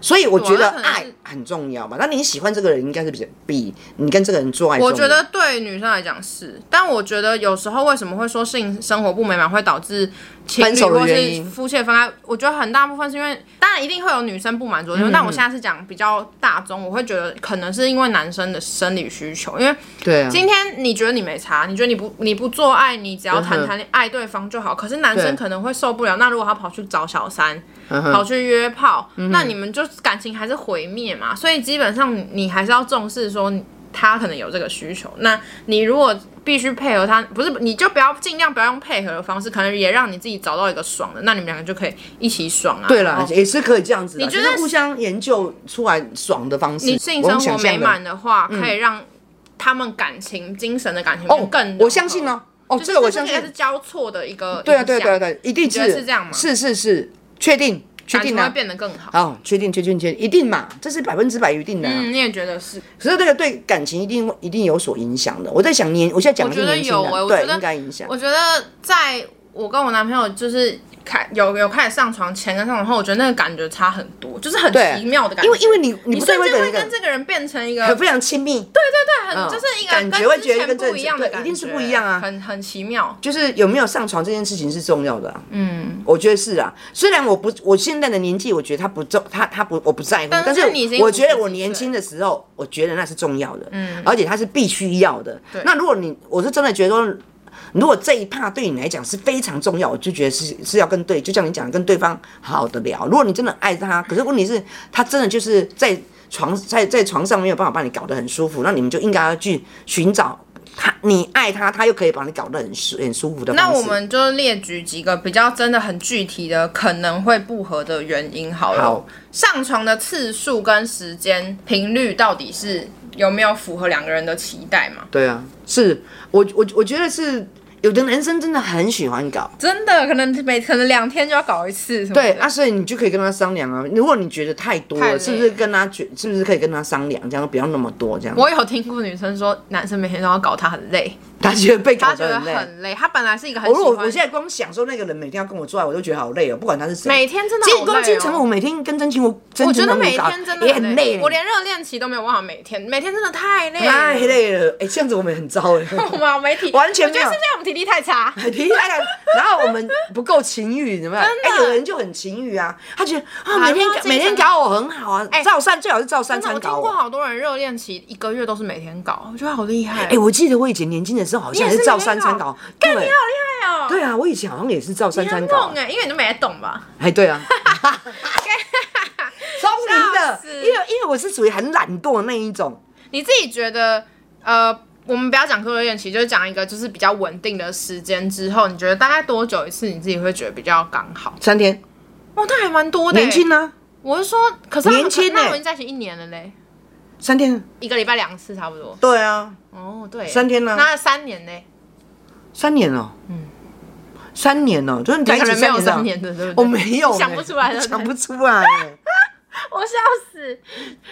[SPEAKER 1] 所以我觉得
[SPEAKER 2] 对啊那可能
[SPEAKER 1] 爱
[SPEAKER 2] 是
[SPEAKER 1] 很重要嘛。那你喜欢这个人，应该是比较比你跟这个人做爱重要。
[SPEAKER 2] 我觉得对女生来讲是，但我觉得有时候为什么会说性生活不美满会导致情
[SPEAKER 1] 分
[SPEAKER 2] 侣
[SPEAKER 1] 手的
[SPEAKER 2] 或
[SPEAKER 1] 原
[SPEAKER 2] 是
[SPEAKER 1] 因
[SPEAKER 2] 夫妻的分开？我觉得很大部分是因为，当然一定会有女生不满足的地方，
[SPEAKER 1] 嗯
[SPEAKER 2] 但我现在是讲比较大众，我会觉得可能是因为男生的生理需求，因为
[SPEAKER 1] 对啊，
[SPEAKER 2] 今天你觉得你没差，你觉得你不你不做爱，你只要谈
[SPEAKER 1] 嗯哼
[SPEAKER 2] 谈恋爱对方就好。可是男
[SPEAKER 1] 对
[SPEAKER 2] 生可能会受不了，那如果他跑去找小三，
[SPEAKER 1] 嗯哼嗯
[SPEAKER 2] 跑去约炮，那你们就感情还是毁灭嘛。所以基本上你你还是要重视说你他可能有这个需求，那你如果必须配合他，不是你就不要尽量不要用配合的方式，可能也让你自己找到一个爽的，那你们两个就可以一起爽啊。
[SPEAKER 1] 对
[SPEAKER 2] 然
[SPEAKER 1] 啦
[SPEAKER 2] 后，
[SPEAKER 1] 也是可以这样子啦，
[SPEAKER 2] 你
[SPEAKER 1] 就
[SPEAKER 2] 觉得
[SPEAKER 1] 是互相研究出来爽的方式。
[SPEAKER 2] 你性
[SPEAKER 1] 我用
[SPEAKER 2] 生活
[SPEAKER 1] 想象
[SPEAKER 2] 美
[SPEAKER 1] 的嗯
[SPEAKER 2] 满的话，可以让他们感情、精神的感情
[SPEAKER 1] 哦，
[SPEAKER 2] 更
[SPEAKER 1] 我相信
[SPEAKER 2] 哦。
[SPEAKER 1] 哦，哦，
[SPEAKER 2] 就是
[SPEAKER 1] 这个我相
[SPEAKER 2] 应
[SPEAKER 1] 信
[SPEAKER 2] 该，是交错的一个
[SPEAKER 1] 对啊，对啊
[SPEAKER 2] 影响
[SPEAKER 1] 对啊，对啊，一定
[SPEAKER 2] 觉得是这样吗
[SPEAKER 1] 是是是，确定确
[SPEAKER 2] 感情
[SPEAKER 1] 定啊，
[SPEAKER 2] 会变得更好。
[SPEAKER 1] 好，确定确定确定，一定嘛，这是百分之百一定的啊。
[SPEAKER 2] 嗯，你也觉得是？
[SPEAKER 1] 可是这个对感情一定一定有所影响的。我在想年，我现在讲的
[SPEAKER 2] 我
[SPEAKER 1] 是
[SPEAKER 2] 觉得
[SPEAKER 1] 年轻人啊
[SPEAKER 2] 有欸我觉
[SPEAKER 1] 对，
[SPEAKER 2] 得
[SPEAKER 1] 应该影响。
[SPEAKER 2] 我觉得在我跟我男朋友就是开有有开始上床前跟上床后，我觉得那个感觉差很多，就是很
[SPEAKER 1] 对
[SPEAKER 2] 奇妙的感觉。
[SPEAKER 1] 因为因为你你
[SPEAKER 2] 你
[SPEAKER 1] 不
[SPEAKER 2] 甚
[SPEAKER 1] 对会
[SPEAKER 2] 至
[SPEAKER 1] 跟
[SPEAKER 2] 会
[SPEAKER 1] 一
[SPEAKER 2] 跟
[SPEAKER 1] 个
[SPEAKER 2] 这个人变成一个
[SPEAKER 1] 很非常亲密，对，
[SPEAKER 2] 很、
[SPEAKER 1] 嗯
[SPEAKER 2] 就是一个
[SPEAKER 1] 感觉
[SPEAKER 2] 跟
[SPEAKER 1] 会
[SPEAKER 2] 之
[SPEAKER 1] 觉得
[SPEAKER 2] 前
[SPEAKER 1] 跟这
[SPEAKER 2] 不一样的
[SPEAKER 1] 对
[SPEAKER 2] 感
[SPEAKER 1] 一定是不一样啊
[SPEAKER 2] 很很奇妙。
[SPEAKER 1] 就是有没有上床这件事情是重要的、啊。
[SPEAKER 2] 嗯，
[SPEAKER 1] 我觉得是啊，虽然我不我现在的年纪，我觉得他不重，他他不我不在乎，
[SPEAKER 2] 但是
[SPEAKER 1] 但
[SPEAKER 2] 你已经
[SPEAKER 1] 我觉得我
[SPEAKER 2] 50几岁
[SPEAKER 1] 年轻的时候，我觉得那是重要的，嗯，而且它是必须要的。那如果你我是真的觉得说，如果这一趴对你来讲是非常重要，我就觉得是是要跟对，就像你讲的，跟对方好好的聊。如果你真的爱他，可是问题是，他真的就是在床在在床上没有办法把你搞得很舒服，那你们就应该要去寻找他，你爱他，他又可以把你搞得很舒很舒服的方
[SPEAKER 2] 那
[SPEAKER 1] 式。
[SPEAKER 2] 我们就列举几个比较真的很具体的可能会不合的原因好了。
[SPEAKER 1] 好
[SPEAKER 2] 上床的次数跟时间频率到底是有没有符合两个人的期待嘛？
[SPEAKER 1] 对啊，是我我我觉得是有的男生真的很喜欢搞，
[SPEAKER 2] 真的，可能每可能两天就要搞一次什么的。
[SPEAKER 1] 对啊，所以你就可以跟他商量啊。如果你觉得太多
[SPEAKER 2] 太
[SPEAKER 1] 了，
[SPEAKER 2] 累
[SPEAKER 1] 是不是跟他觉是不是可以跟他商量，这样不要那么多这样。
[SPEAKER 2] 我有听过女生说，男生每天都要搞她很累，
[SPEAKER 1] 他觉得被
[SPEAKER 2] 她
[SPEAKER 1] 搞
[SPEAKER 2] 觉
[SPEAKER 1] 得
[SPEAKER 2] 得
[SPEAKER 1] 很累。
[SPEAKER 2] 很累。她本来是一个很
[SPEAKER 1] 我
[SPEAKER 2] 喜
[SPEAKER 1] 如果
[SPEAKER 2] 欢
[SPEAKER 1] 我现在光想说那个人每天要跟我做爱，我都觉得好累哦，不管他是谁。
[SPEAKER 2] 每天真的好累哦
[SPEAKER 1] 金光金城武每天跟真情我真
[SPEAKER 2] 我
[SPEAKER 1] 情
[SPEAKER 2] 觉得
[SPEAKER 1] 我
[SPEAKER 2] 每
[SPEAKER 1] 搞
[SPEAKER 2] 天真的
[SPEAKER 1] 也很累，
[SPEAKER 2] 我连热恋期都没有办法每天，每天真的太累了。
[SPEAKER 1] 太累了。哎，这样子我们也很糟哎。
[SPEAKER 2] 我们媒体
[SPEAKER 1] 完全
[SPEAKER 2] 我
[SPEAKER 1] 没有
[SPEAKER 2] 觉得是不是我们体力太差？
[SPEAKER 1] 提起来了，然后我们不够情欲，怎么样？哎、有人就很情欲啊，他觉得啊，每天
[SPEAKER 2] 然后这一
[SPEAKER 1] 每天
[SPEAKER 2] 层
[SPEAKER 1] 搞我很好啊，赵三最好是赵三
[SPEAKER 2] 真的，
[SPEAKER 1] 餐
[SPEAKER 2] 哎我听
[SPEAKER 1] 搞
[SPEAKER 2] 过
[SPEAKER 1] 我。
[SPEAKER 2] 好多人热恋期一个月都是每天搞，我觉得好厉害。
[SPEAKER 1] 哎、我记得我以前年轻的时候好像
[SPEAKER 2] 你也是
[SPEAKER 1] 赵三餐搞，对，
[SPEAKER 2] 厉害哦！
[SPEAKER 1] 对啊，我以前好像也是赵三
[SPEAKER 2] 你很
[SPEAKER 1] 餐搞
[SPEAKER 2] 猛，哎，因为你都没在动吧？
[SPEAKER 1] 哎，对 啊。聪明
[SPEAKER 2] 笑
[SPEAKER 1] 的，
[SPEAKER 2] 死
[SPEAKER 1] 因为因为我是属于很懒惰的那一种，
[SPEAKER 2] 你自己觉得，呃，我们不要讲热恋期，就是讲一个就是比较稳定的时间之后，你觉得大概多久一次你自己会觉得比较刚好？
[SPEAKER 1] 三天，哦
[SPEAKER 2] 哇，那还蛮多的、
[SPEAKER 1] 年，轻啊呢、
[SPEAKER 2] 我是说，可是他们
[SPEAKER 1] 年轻欸
[SPEAKER 2] 那我们已经在一起一年了嘞，
[SPEAKER 1] 三天，
[SPEAKER 2] 一个礼拜两次差不多。
[SPEAKER 1] 对啊，
[SPEAKER 2] 哦，对，
[SPEAKER 1] 三天啊
[SPEAKER 2] 那三年嘞，
[SPEAKER 1] 三年哦、嗯，三年哦、就是你
[SPEAKER 2] 你
[SPEAKER 1] 在一
[SPEAKER 2] 可
[SPEAKER 1] 起
[SPEAKER 2] 能没有
[SPEAKER 1] 了
[SPEAKER 2] 三年的，对不对？
[SPEAKER 1] 我 没有、欸
[SPEAKER 2] 你想不出来了，
[SPEAKER 1] 想不出来、 欸
[SPEAKER 2] 我笑死。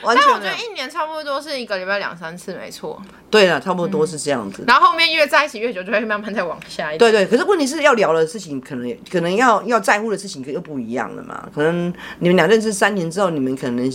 [SPEAKER 1] 完
[SPEAKER 2] 但
[SPEAKER 1] 全
[SPEAKER 2] 我觉
[SPEAKER 1] 没有
[SPEAKER 2] 得。一年差不多是一个礼拜两三次，没错。
[SPEAKER 1] 对了，差不多是这样子。
[SPEAKER 2] 然后后面越在一起越久，就会慢慢再往下一点。
[SPEAKER 1] 对对，可是问题是要聊的事情，可能可能要要在乎的事情，可又不一样了嘛。可能你们俩认识三年之后，你们可能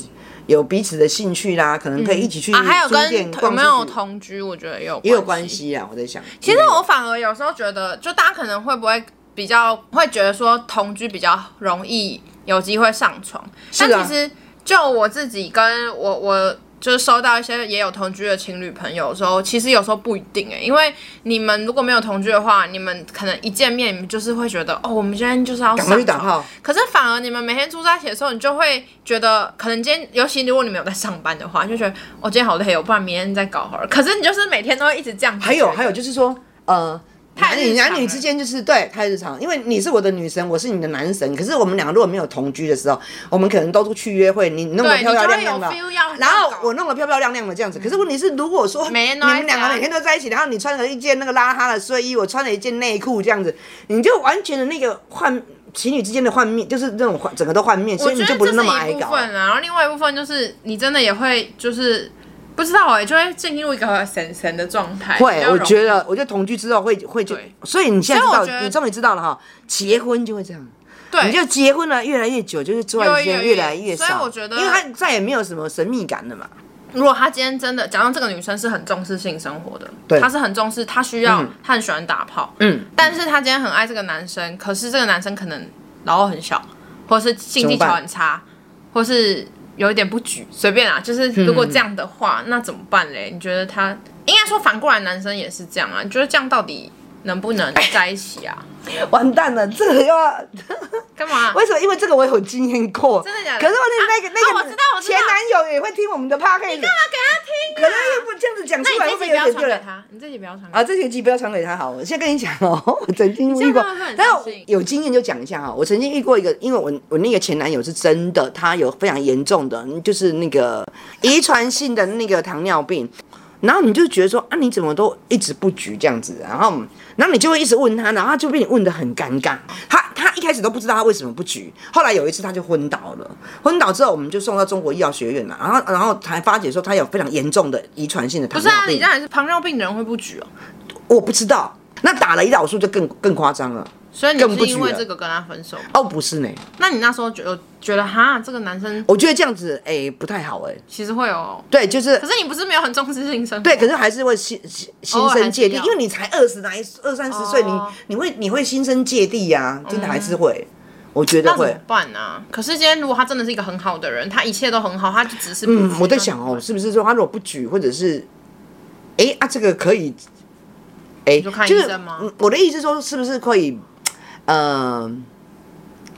[SPEAKER 1] 有彼此的兴趣啦，可能可以一起去
[SPEAKER 2] 啊，还有
[SPEAKER 1] 书店
[SPEAKER 2] 跟有
[SPEAKER 1] 逛书
[SPEAKER 2] 没有
[SPEAKER 1] 局
[SPEAKER 2] 同居，我觉得也有
[SPEAKER 1] 也有关。系啊。我在想，
[SPEAKER 2] 其实我反而有时候觉得，就大家可能会不会比较会觉得说同居比较容易有机会上床，
[SPEAKER 1] 是啊
[SPEAKER 2] 但其实就我自己跟我我。就是收到一些也有同居的情侣朋友的时候，其实有时候不一定哎、因为你们如果没有同居的话，你们可能一见面，你们就是会觉得哦，我们今天就是要
[SPEAKER 1] 赶快去
[SPEAKER 2] 上
[SPEAKER 1] 打
[SPEAKER 2] 床。
[SPEAKER 1] 炮，
[SPEAKER 2] 可是反而你们每天住在一起的时候，你就会觉得，可能今天，尤其如果你们有在上班的话，你就觉得我、哦今天好累哦，不然明天再搞好了。可是你就是每天都会一直这样子觉得。
[SPEAKER 1] 还有还有就是说，呃，
[SPEAKER 2] 太
[SPEAKER 1] 男女
[SPEAKER 2] 日常
[SPEAKER 1] 男女
[SPEAKER 2] 了
[SPEAKER 1] 之间就是对太日常，因为你是我的女神，我是你的男神。可是我们两个如果没有同居的时候，我们可能都出去约会，你弄得
[SPEAKER 2] 对，你
[SPEAKER 1] 漂
[SPEAKER 2] 就
[SPEAKER 1] 漂
[SPEAKER 2] 会
[SPEAKER 1] 亮亮
[SPEAKER 2] 有
[SPEAKER 1] 的，
[SPEAKER 2] feel 要
[SPEAKER 1] 然后
[SPEAKER 2] 要搞
[SPEAKER 1] 我弄得漂漂亮亮的这样子。可是问题是，如果说
[SPEAKER 2] 每天
[SPEAKER 1] 你
[SPEAKER 2] 都在啊
[SPEAKER 1] 们两个
[SPEAKER 2] 家
[SPEAKER 1] 每天都在一起，然后你穿了一件那个邋遢的睡衣，我穿了一件内裤这样子，你就完全的那个换情侣之间的换面，就是那种换整个都换面，所
[SPEAKER 2] 我
[SPEAKER 1] 以
[SPEAKER 2] 觉
[SPEAKER 1] 你就
[SPEAKER 2] 得
[SPEAKER 1] 不
[SPEAKER 2] 这
[SPEAKER 1] 是
[SPEAKER 2] 是
[SPEAKER 1] 那么爱
[SPEAKER 2] 一部
[SPEAKER 1] 搞。
[SPEAKER 2] 分啊，然后另外一部分就是你真的也会就是不知道哎、就会进入一个神神的状态。比
[SPEAKER 1] 会
[SPEAKER 2] 较，
[SPEAKER 1] 我
[SPEAKER 2] 容易
[SPEAKER 1] 觉得，我觉得同居之后会会就
[SPEAKER 2] 对，
[SPEAKER 1] 所以你现在知
[SPEAKER 2] 所以
[SPEAKER 1] 道
[SPEAKER 2] 我觉，得
[SPEAKER 1] 你终于知道了哈，结婚就会这样。
[SPEAKER 2] 对，
[SPEAKER 1] 你就结婚了，越来越久，就是做爱时间
[SPEAKER 2] 越
[SPEAKER 1] 越
[SPEAKER 2] 来
[SPEAKER 1] 来
[SPEAKER 2] 越
[SPEAKER 1] 越少。
[SPEAKER 2] 所以我觉得
[SPEAKER 1] 因为他再也没有什么神秘感了嘛。
[SPEAKER 2] 如果她今天真的，假如这个女生是很重视性生活的，
[SPEAKER 1] 对
[SPEAKER 2] 她是很重视，她需要，她很喜欢打炮，
[SPEAKER 1] 嗯，
[SPEAKER 2] 但是她今天很爱这个男生，可是这个男生可能老二很小，或是性技
[SPEAKER 1] 怎么
[SPEAKER 2] 巧
[SPEAKER 1] 办
[SPEAKER 2] 很差，或是有一点不举，随便啊，就是
[SPEAKER 1] 嗯
[SPEAKER 2] 如果这样的话，那怎么办嘞？你觉得她应该说反过来，男生也是这样啊？你觉得这样到底能不能在一起 啊？
[SPEAKER 1] 完蛋了，这个又要
[SPEAKER 2] 干嘛？
[SPEAKER 1] 为什么？因为这个我有经验过。
[SPEAKER 2] 真的假的
[SPEAKER 1] 可是问题是那个、
[SPEAKER 2] 啊
[SPEAKER 1] 那个、
[SPEAKER 2] 啊我知道我知道
[SPEAKER 1] 前男友也会听我们的 p o d c a s
[SPEAKER 2] 干嘛
[SPEAKER 1] 可
[SPEAKER 2] 给他听
[SPEAKER 1] 能
[SPEAKER 2] 啊？
[SPEAKER 1] 又不这样子讲
[SPEAKER 2] 那
[SPEAKER 1] 出来，
[SPEAKER 2] 你
[SPEAKER 1] 会
[SPEAKER 2] 这
[SPEAKER 1] 不会
[SPEAKER 2] 集
[SPEAKER 1] 有
[SPEAKER 2] 不
[SPEAKER 1] 点丢
[SPEAKER 2] 要传给
[SPEAKER 1] 脸？
[SPEAKER 2] 他，你这集不要传给
[SPEAKER 1] 啊，这些集不要传给他好。我先跟你讲哦， 我曾经遇过
[SPEAKER 2] 你这样会不会，很
[SPEAKER 1] 但是我
[SPEAKER 2] 伤心
[SPEAKER 1] 有经验就讲一下哦哈。我曾经遇过一个，因为我我那个前男友是真的，他有非常严重的，就是那个遗传性的那个糖尿病。然后你就觉得说啊，你怎么都一直不举这样子，然后然后你就会一直问他，然后他就被你问得很尴尬。他他一开始都不知道他为什么不举，后来有一次他就昏倒了，昏倒之后我们就送到中国医药学院了，然后然后才发觉说他有非常严重的遗传性的
[SPEAKER 2] 不
[SPEAKER 1] 糖
[SPEAKER 2] 是
[SPEAKER 1] 尿
[SPEAKER 2] 啊，你
[SPEAKER 1] 病。
[SPEAKER 2] 这样也是糖尿病人会不举哦，
[SPEAKER 1] 我不知道。那打了胰岛素就更更夸张了。
[SPEAKER 2] 所以你
[SPEAKER 1] 更不
[SPEAKER 2] 是
[SPEAKER 1] 举
[SPEAKER 2] 因为
[SPEAKER 1] 了
[SPEAKER 2] 这个跟他分手吗
[SPEAKER 1] 哦，不是呢，
[SPEAKER 2] 那你那时候觉有觉得哈，这个男生
[SPEAKER 1] 我觉得这样子哎、不太好哎、
[SPEAKER 2] 其实会有，
[SPEAKER 1] 对，就是
[SPEAKER 2] 可是你不是没有很重视性生活？
[SPEAKER 1] 对，可是还是会心心心
[SPEAKER 2] 偶尔还
[SPEAKER 1] 生
[SPEAKER 2] 是
[SPEAKER 1] 芥蒂，
[SPEAKER 2] 要
[SPEAKER 1] 因为你才二十来二三十岁，你
[SPEAKER 2] 哦
[SPEAKER 1] 你会你会心生芥蒂呀、真的还是会，我觉得
[SPEAKER 2] 那怎
[SPEAKER 1] 会
[SPEAKER 2] 么。办啊？可是今天如果他真的是一个很好的人，他一切都很好，他就只是
[SPEAKER 1] 嗯，我在想哦，，是不是说他如果不举，或者是，哎、啊，这个可以，哎、
[SPEAKER 2] 就看
[SPEAKER 1] 是
[SPEAKER 2] 医生吗
[SPEAKER 1] 嗯我的意思是说，是不是可以，呃，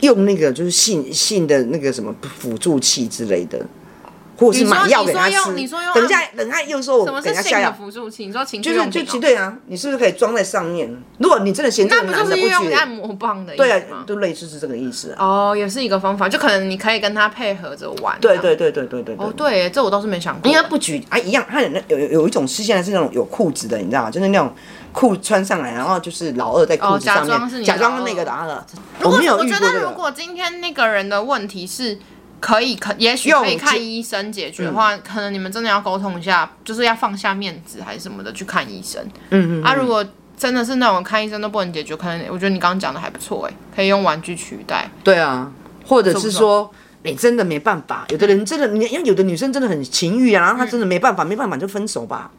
[SPEAKER 1] 用那个就是性性的那个什么辅助器之类的，或者是
[SPEAKER 2] 你说
[SPEAKER 1] 买药给他
[SPEAKER 2] 你说
[SPEAKER 1] 吃。
[SPEAKER 2] 用你说用
[SPEAKER 1] 等一下，等一下又说
[SPEAKER 2] 什
[SPEAKER 1] 我
[SPEAKER 2] 么
[SPEAKER 1] 给
[SPEAKER 2] 是
[SPEAKER 1] 他
[SPEAKER 2] 性
[SPEAKER 1] 下
[SPEAKER 2] 的
[SPEAKER 1] 药，
[SPEAKER 2] 辅助器？你说情趣
[SPEAKER 1] 就是
[SPEAKER 2] 用
[SPEAKER 1] 就
[SPEAKER 2] 品、
[SPEAKER 1] 就
[SPEAKER 2] 哦？
[SPEAKER 1] 对啊，你是不是可以装在上面？如果你真的嫌这
[SPEAKER 2] 那
[SPEAKER 1] 个
[SPEAKER 2] 不
[SPEAKER 1] 男
[SPEAKER 2] 就
[SPEAKER 1] 的
[SPEAKER 2] 是
[SPEAKER 1] 不
[SPEAKER 2] 用按
[SPEAKER 1] 举，
[SPEAKER 2] 摩棒的意
[SPEAKER 1] 对
[SPEAKER 2] 思
[SPEAKER 1] 啊
[SPEAKER 2] 吗，？
[SPEAKER 1] 都类似是这个意思啊。
[SPEAKER 2] 哦，也是一个方法，就可能你可以跟他配合着玩。
[SPEAKER 1] 对
[SPEAKER 2] 这样。
[SPEAKER 1] 对对对对对对。
[SPEAKER 2] 哦，对耶，这我倒是没想过。
[SPEAKER 1] 应该不举啊，一样。他有那有有有一种是现在是那种有裤子的，你知道吗？就是那种裤穿上来，然后就是老二在裤子上
[SPEAKER 2] 哦假装是
[SPEAKER 1] 面，
[SPEAKER 2] 你
[SPEAKER 1] 假装
[SPEAKER 2] 老二
[SPEAKER 1] 那个老二。
[SPEAKER 2] 如
[SPEAKER 1] 我
[SPEAKER 2] 果
[SPEAKER 1] 没有
[SPEAKER 2] 我
[SPEAKER 1] 遇
[SPEAKER 2] 觉
[SPEAKER 1] 过
[SPEAKER 2] 得，
[SPEAKER 1] 这
[SPEAKER 2] 如
[SPEAKER 1] 个。
[SPEAKER 2] 果今天那个人的问题是可以可，也许可以
[SPEAKER 1] 用嗯
[SPEAKER 2] 看
[SPEAKER 1] 这
[SPEAKER 2] 医生解决的话，可能你们真的要沟通一下，就是要放下面子还是什么的去看医生。嗯嗯啊，如果真的是那种看医生都不能解决，可能我觉得你刚刚讲的还不错哎、可以用玩具取代。
[SPEAKER 1] 对啊，或者
[SPEAKER 2] 是
[SPEAKER 1] 是
[SPEAKER 2] 说
[SPEAKER 1] 说。你真的没办法，有的人真的，你因为有的女生真的很情欲啊，然后她
[SPEAKER 2] 嗯
[SPEAKER 1] 真的没办法，没办法就分手吧，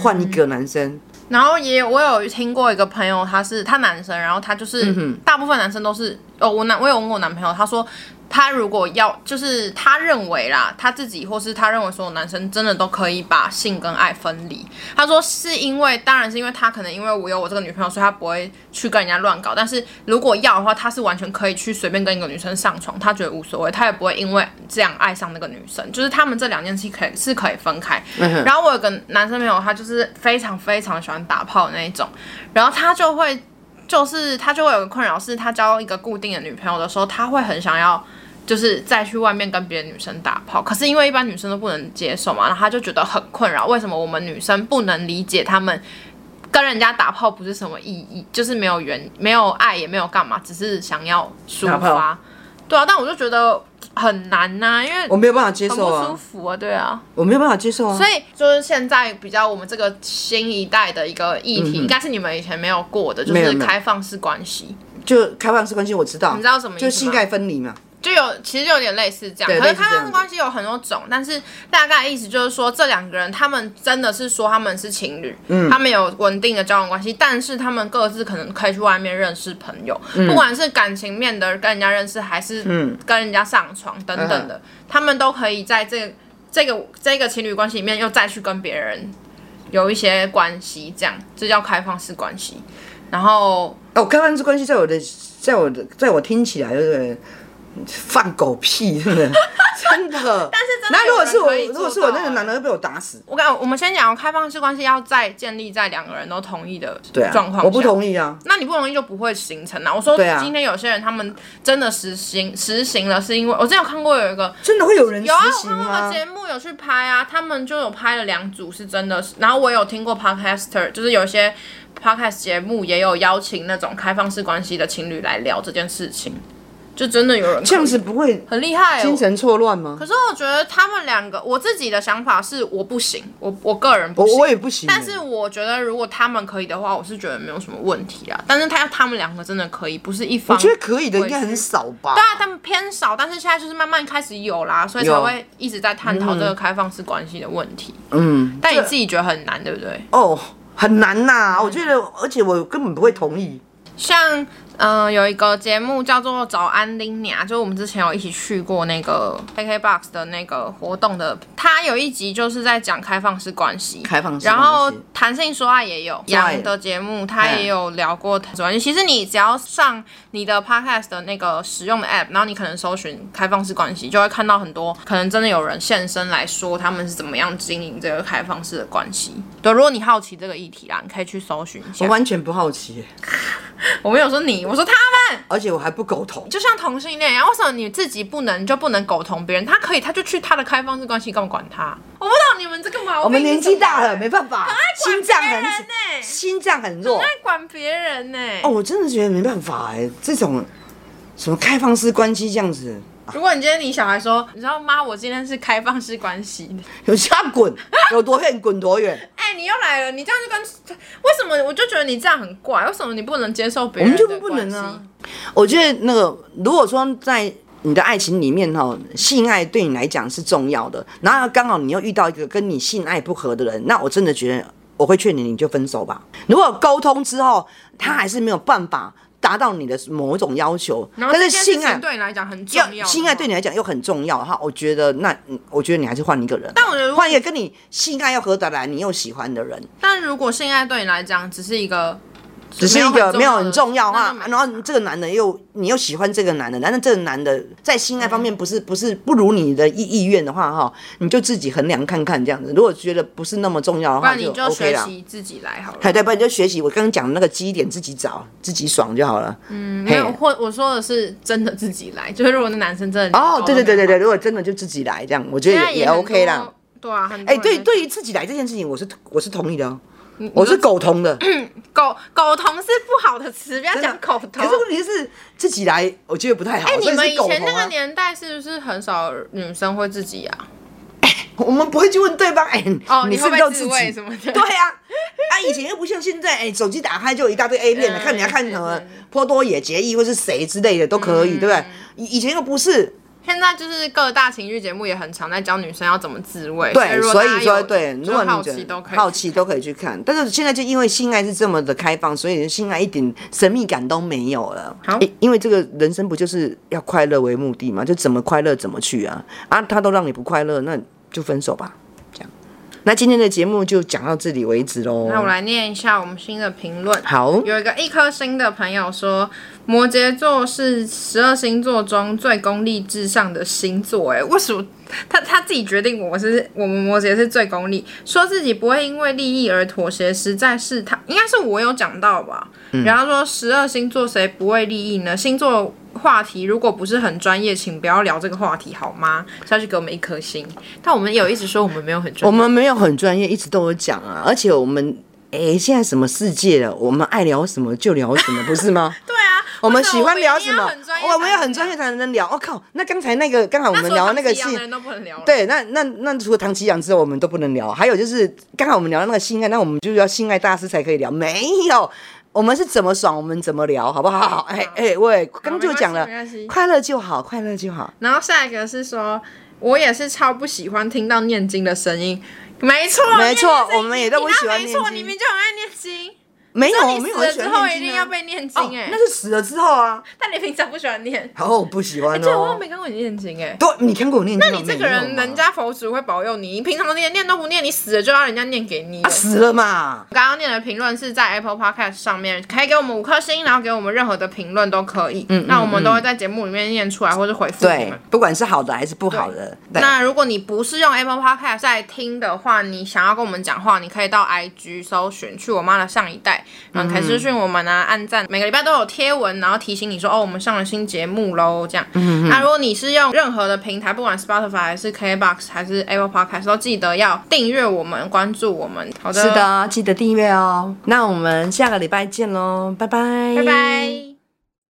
[SPEAKER 1] 换一个男生。
[SPEAKER 2] 然后也有我有听过一个朋友，他是他男生，然后他
[SPEAKER 1] 嗯
[SPEAKER 2] 就是、大部分男生都是哦，我男我有问过我男朋友，他说他如果要就是他认为啦，他自己或是他认为所有男生真的都可以把性跟爱分离。他说是因为当然是因为他可能因为我有我这个女朋友，所以他不会去跟人家乱搞。但是如果要的话，他是完全可以去随便跟一个女生上床，他觉得无所谓，他也不会因为这样爱上那个女生。就是他们这两件事可以是可以分开。然后我有个男生朋友，他就是非常非常喜欢打炮的那一种，然后他就会就是他就会有个困扰，是他交一个固定的女朋友的时候，他会很想要。就是再去外面跟别的女生打炮，可是因为一般女生都不能接受嘛，然后他就觉得很困扰，为什么我们女生不能理解他们跟人家打炮不是什么意义，就是没有缘、没有爱，也没有干嘛，只是想要抒
[SPEAKER 1] 打
[SPEAKER 2] 发
[SPEAKER 1] 炮。
[SPEAKER 2] 对啊，但我就觉得很难呐、因为
[SPEAKER 1] 我没有办法接
[SPEAKER 2] 很
[SPEAKER 1] 受
[SPEAKER 2] 不舒
[SPEAKER 1] 啊，
[SPEAKER 2] 服啊，对啊。
[SPEAKER 1] 我没有办法接受啊
[SPEAKER 2] 所。以就是现在比较我们这个新一代的一个议题，应该是你们以前没有过的，就
[SPEAKER 1] 嗯没有
[SPEAKER 2] 是
[SPEAKER 1] 没有
[SPEAKER 2] 开放式关系，
[SPEAKER 1] 就开放式关系，我知道，
[SPEAKER 2] 你知道什么意思
[SPEAKER 1] 就
[SPEAKER 2] 吗
[SPEAKER 1] 性爱分离嘛。
[SPEAKER 2] 就有其实有点类似这样。
[SPEAKER 1] 对
[SPEAKER 2] 可是
[SPEAKER 1] 类似
[SPEAKER 2] 开
[SPEAKER 1] 这样
[SPEAKER 2] 放式
[SPEAKER 1] 子
[SPEAKER 2] 关系有很多种，但是大概意思就是说，这两个人他们真的是说他们是情侣，
[SPEAKER 1] 嗯
[SPEAKER 2] 他们有稳定的交往关系，但是他们各自可能可以去外面认识朋友，
[SPEAKER 1] 嗯
[SPEAKER 2] 不管是感情面的跟人家认识，还是跟人家上床等等
[SPEAKER 1] 嗯
[SPEAKER 2] 的，他们都可以在这这个这个情侣关系里面又再去跟别人有一些关系，这样这叫开放式关系。然后
[SPEAKER 1] 哦，开放式关系在我的，在我的，在我听起来就是放狗屁，真的，真的。
[SPEAKER 2] 但是真的
[SPEAKER 1] 那如果是我，
[SPEAKER 2] 有人可以
[SPEAKER 1] 如
[SPEAKER 2] 做
[SPEAKER 1] 果是我
[SPEAKER 2] 到
[SPEAKER 1] 那个
[SPEAKER 2] 欸
[SPEAKER 1] 男的，会被我打死。
[SPEAKER 2] 我感我们先讲哦，开放式关系要在建立在两个人都同意的
[SPEAKER 1] 对啊
[SPEAKER 2] 状况、，
[SPEAKER 1] 我不。同意啊。
[SPEAKER 2] 那你不同意就不会形成啊。我说
[SPEAKER 1] 对啊
[SPEAKER 2] 今天有些人他们真的实行实行了，是因为我之前有看过有一个
[SPEAKER 1] 真的会有人
[SPEAKER 2] 有啊，
[SPEAKER 1] 实
[SPEAKER 2] 我
[SPEAKER 1] 行
[SPEAKER 2] 看我
[SPEAKER 1] 吗
[SPEAKER 2] 们？节目有去拍啊，他们就有拍了两组是真的是，然后我有听过 podcaster，就是有一些 podcast 节目也有邀请那种开放式关系的情侣来聊这件事情，就真的有人可以
[SPEAKER 1] 这样子不会
[SPEAKER 2] 很厉害、欸，
[SPEAKER 1] 精神错乱吗
[SPEAKER 2] 可？是我觉得他们两个，我自己的想法是我不行，我我个人不
[SPEAKER 1] 我
[SPEAKER 2] 行。
[SPEAKER 1] 我也不行欸。
[SPEAKER 2] 但是我觉得如果他们可以的话，我是觉得没有什么问题啊。但是他他们两个真的可以，不是一方。
[SPEAKER 1] 我觉得可以的
[SPEAKER 2] 委
[SPEAKER 1] 应
[SPEAKER 2] 屈
[SPEAKER 1] 该很少吧
[SPEAKER 2] 对。啊，他们偏少，但是现在就是慢慢开始有啦，所以才
[SPEAKER 1] 有
[SPEAKER 2] 会一直在探讨这个开放式关系的问题。
[SPEAKER 1] 嗯，
[SPEAKER 2] 但你自己觉得很难，对不对？
[SPEAKER 1] 哦，很难呐、我觉得，而且我根本不会同意。
[SPEAKER 2] 像嗯、呃有一个节目叫做《早安林鸟》，就是我们之前有一起去过那个 KKBOX 的那个活动的，它有一集就是在讲开放式关系，
[SPEAKER 1] 开放式
[SPEAKER 2] 然后
[SPEAKER 1] 关系
[SPEAKER 2] 弹性说爱也有
[SPEAKER 1] 说爱
[SPEAKER 2] 杨的节目，他
[SPEAKER 1] 嗯
[SPEAKER 2] 也有聊过弹性关系。其实你只要上你的 Podcast 的那个使用的 App，然后你可能搜寻开放式关系，就会看到很多可能真的有人现身来说他们是怎么样经营这个开放式的关系。对，如果你好奇这个议题啦，你可以去搜寻一下
[SPEAKER 1] 我。完全不好奇耶，
[SPEAKER 2] 我没有说你，我说他们。
[SPEAKER 1] 而且我还不苟同。
[SPEAKER 2] 就像同性恋一样，为什么你自己不能就不能苟同别人？他可以，他就去他的开放式关系，干嘛管他？我不懂你们这个毛病。
[SPEAKER 1] 我们年纪大了，没办法，
[SPEAKER 2] 管
[SPEAKER 1] 心脏
[SPEAKER 2] 别
[SPEAKER 1] 很
[SPEAKER 2] 人呢
[SPEAKER 1] 心脏很弱
[SPEAKER 2] 法。爱管别人呢、
[SPEAKER 1] 哦，我真的觉得没办法哎，这种什么开放式关系这样子，
[SPEAKER 2] 如果你今天你小孩说，你知道妈，我今天是开放式关系的，
[SPEAKER 1] 有家滚， 有多远滚多远。
[SPEAKER 2] 哎、你又来了，你这样就跟为什么？我就觉得你这样很怪，为什么你不能接受别
[SPEAKER 1] 我
[SPEAKER 2] 人
[SPEAKER 1] 们
[SPEAKER 2] 的
[SPEAKER 1] 就
[SPEAKER 2] 关系？
[SPEAKER 1] 不能啊。我觉得那个，如果说在你的爱情里面哈，性爱对你来讲是重要的，然后刚好你又遇到一个跟你性爱不合的人，那我真的觉得我会劝你，你就分手吧。如果沟通之后他还是没有办法达到你的某种要求，
[SPEAKER 2] 然后
[SPEAKER 1] 但
[SPEAKER 2] 这
[SPEAKER 1] 是
[SPEAKER 2] 件事
[SPEAKER 1] 性爱
[SPEAKER 2] 情对你来讲很重要的
[SPEAKER 1] 要
[SPEAKER 2] 话，
[SPEAKER 1] 性爱对你来讲又很重要的话，我觉得那嗯我觉得你还是换一个人吧，
[SPEAKER 2] 但我觉得如果
[SPEAKER 1] 换一个跟你性爱又合得来，你又喜欢的人。
[SPEAKER 2] 但如果性爱对你来讲只是一个，
[SPEAKER 1] 只是一个没有很重要
[SPEAKER 2] 啊
[SPEAKER 1] 啊，，然后这个男的又你又喜欢这个男的，但是这个男的在性爱方
[SPEAKER 2] 嗯
[SPEAKER 1] 面不是不是不如你的意意愿的话哈，你就自己衡量看看这样子。如果觉得不是那么重要的
[SPEAKER 2] 不
[SPEAKER 1] 话，
[SPEAKER 2] 然你就
[SPEAKER 1] OK
[SPEAKER 2] 学
[SPEAKER 1] 啦。
[SPEAKER 2] 习自己来好了。
[SPEAKER 1] 哎，对，不然你就学习我刚刚讲的那个基点，自己找自己爽就好了。嗯，
[SPEAKER 2] 没有，或我说的是真的自己来，就是如果那男生真的
[SPEAKER 1] 哦，对对对对对，，如果真的就自己来这样，我觉
[SPEAKER 2] 现
[SPEAKER 1] 得
[SPEAKER 2] 在
[SPEAKER 1] 也也
[SPEAKER 2] 很多
[SPEAKER 1] OK 啦。。
[SPEAKER 2] 对啊，很多
[SPEAKER 1] 哎，
[SPEAKER 2] 人
[SPEAKER 1] 对，
[SPEAKER 2] 在
[SPEAKER 1] 对于自己来这件事情，我是我是同意的哦，
[SPEAKER 2] 你
[SPEAKER 1] 我
[SPEAKER 2] 你
[SPEAKER 1] 是
[SPEAKER 2] 说
[SPEAKER 1] 苟同的。
[SPEAKER 2] 狗狗同是不好的词，不要讲狗同
[SPEAKER 1] 可。是问题是自己来，我觉得不太好。
[SPEAKER 2] 哎，你
[SPEAKER 1] 所
[SPEAKER 2] 们
[SPEAKER 1] 是
[SPEAKER 2] 以
[SPEAKER 1] 苟
[SPEAKER 2] 前那
[SPEAKER 1] 同啊
[SPEAKER 2] 个年代是不是很少女生会自己啊？
[SPEAKER 1] 我们不会去问对方，哎、
[SPEAKER 2] 哦
[SPEAKER 1] 你
[SPEAKER 2] 你
[SPEAKER 1] 是不是
[SPEAKER 2] 会不会
[SPEAKER 1] 都自
[SPEAKER 2] 自
[SPEAKER 1] 己
[SPEAKER 2] 慰什么的
[SPEAKER 1] 对啊， 啊，以前又不像现在，哎、手机打开就有一大堆 A 片了，
[SPEAKER 2] 嗯
[SPEAKER 1] 看你要看
[SPEAKER 2] 是
[SPEAKER 1] 什么
[SPEAKER 2] 是
[SPEAKER 1] 波多野结衣或是谁之类的都可
[SPEAKER 2] 嗯
[SPEAKER 1] 以，对不对？以以前又不是，
[SPEAKER 2] 现在就是各大情欲节目也很常在教女生要怎么自慰，
[SPEAKER 1] 对，所
[SPEAKER 2] 所
[SPEAKER 1] 以
[SPEAKER 2] 以说
[SPEAKER 1] 说对，如果你
[SPEAKER 2] 好
[SPEAKER 1] 觉
[SPEAKER 2] 奇
[SPEAKER 1] 得
[SPEAKER 2] 都可以，
[SPEAKER 1] 好奇都可以去看，但是现在就因为性爱是这么的开放，所以性爱一点神秘感都没有了。
[SPEAKER 2] 好
[SPEAKER 1] 因因为这个人生不就是要快乐为目的嘛，就怎么快乐怎么去啊啊，他都让你不快乐，那就分手吧，这样。那今天的节目就讲到这里为止喽。
[SPEAKER 2] 那我来念一下我们新的评论。
[SPEAKER 1] 好，
[SPEAKER 2] 有一个一颗星的朋友说，摩羯座是十二星座中最功利至上的星座。哎，为什么他他自己决定我是我们摩羯是最功利，说自己不会因为利益而妥协，实在是他应该是我有讲到吧？
[SPEAKER 1] 嗯
[SPEAKER 2] 然后说十二星座谁不为利益呢？星座。话题如果不是很专业，请不要聊这个话题好吗？下去给我们一颗星。但我们有一直说我们没有很专
[SPEAKER 1] 我
[SPEAKER 2] 业，
[SPEAKER 1] 们没有很专业，一直都有讲啊，而且我们诶，现在什么世界了，我们爱聊什么就聊什么，不是吗？
[SPEAKER 2] 对啊，
[SPEAKER 1] 我们
[SPEAKER 2] 为
[SPEAKER 1] 喜
[SPEAKER 2] 么
[SPEAKER 1] 欢聊
[SPEAKER 2] 一定
[SPEAKER 1] 什么
[SPEAKER 2] 要
[SPEAKER 1] 哦
[SPEAKER 2] 很专业，
[SPEAKER 1] 我们要
[SPEAKER 2] 才
[SPEAKER 1] 很
[SPEAKER 2] 能
[SPEAKER 1] 专业才能聊。我、靠，那刚才那个，刚好我
[SPEAKER 2] 聊，
[SPEAKER 1] 们聊那个
[SPEAKER 2] 那
[SPEAKER 1] 是
[SPEAKER 2] 所有唐吉阳的人都不能聊了。
[SPEAKER 1] 对，那那那除了唐奇阳之外，我们都不能聊。还有就是，刚好我们聊那个性爱，那我们就是要性爱大师才可以聊，没有。我们是怎么爽，我们怎么聊，好不好？哎哎，喂，刚就讲了
[SPEAKER 2] 没关系没关系，
[SPEAKER 1] 快乐就好，快乐就好。
[SPEAKER 2] 然后下一个是说，我也是超不喜欢听到念经的声音。没错，
[SPEAKER 1] 没错
[SPEAKER 2] 念经啊
[SPEAKER 1] 我们也都不喜欢
[SPEAKER 2] 你刚刚没错，
[SPEAKER 1] 念经
[SPEAKER 2] 你明明就很爱念经。
[SPEAKER 1] 没有，
[SPEAKER 2] 那
[SPEAKER 1] 我
[SPEAKER 2] 你
[SPEAKER 1] 没
[SPEAKER 2] 死
[SPEAKER 1] 有很
[SPEAKER 2] 了
[SPEAKER 1] 喜
[SPEAKER 2] 之
[SPEAKER 1] 欢
[SPEAKER 2] 后
[SPEAKER 1] 念
[SPEAKER 2] 一
[SPEAKER 1] 经啊
[SPEAKER 2] 定要被念
[SPEAKER 1] 哦
[SPEAKER 2] 经哎、，
[SPEAKER 1] 那是死了之后啊。
[SPEAKER 2] 但你平常不喜 欢念。
[SPEAKER 1] 好，我不喜欢
[SPEAKER 2] 对，哎我
[SPEAKER 1] 哦
[SPEAKER 2] 又。没看过你念经哎、
[SPEAKER 1] 对，你看过我念经吗？
[SPEAKER 2] 那你这
[SPEAKER 1] 没
[SPEAKER 2] 个
[SPEAKER 1] 有
[SPEAKER 2] 人，
[SPEAKER 1] 嘛
[SPEAKER 2] 人家佛祖会保佑你，你平常都念念都不念，你死了就要人家念给你。哎
[SPEAKER 1] 啊死了嘛？
[SPEAKER 2] 刚刚念的评论是在 Apple Podcast 上面，可以给我们五颗星，然后给我们任何的评论都可以。嗯，那我们都会在节目里面念出来或是回复你
[SPEAKER 1] 对
[SPEAKER 2] 们。，
[SPEAKER 1] 不管是好的还是不好的，对，
[SPEAKER 2] 那如果你不是用 Apple Podcast 在听的话，你想要跟我们讲话，你可以到 IG 搜寻“去我妈的上一代”，然后可以私讯我们啊，按赞，每个礼拜都有贴文，然后提醒你说哦，我们上了新节目喽，这样。那如果你是用任何的平台，不管 Spotify 还是 KBox 还是 Apple Podcast，都记得要订阅我们，关注我们。好的，
[SPEAKER 1] 是，的，记得订阅哦。那我们下个礼拜见喽，拜拜，
[SPEAKER 2] 拜拜。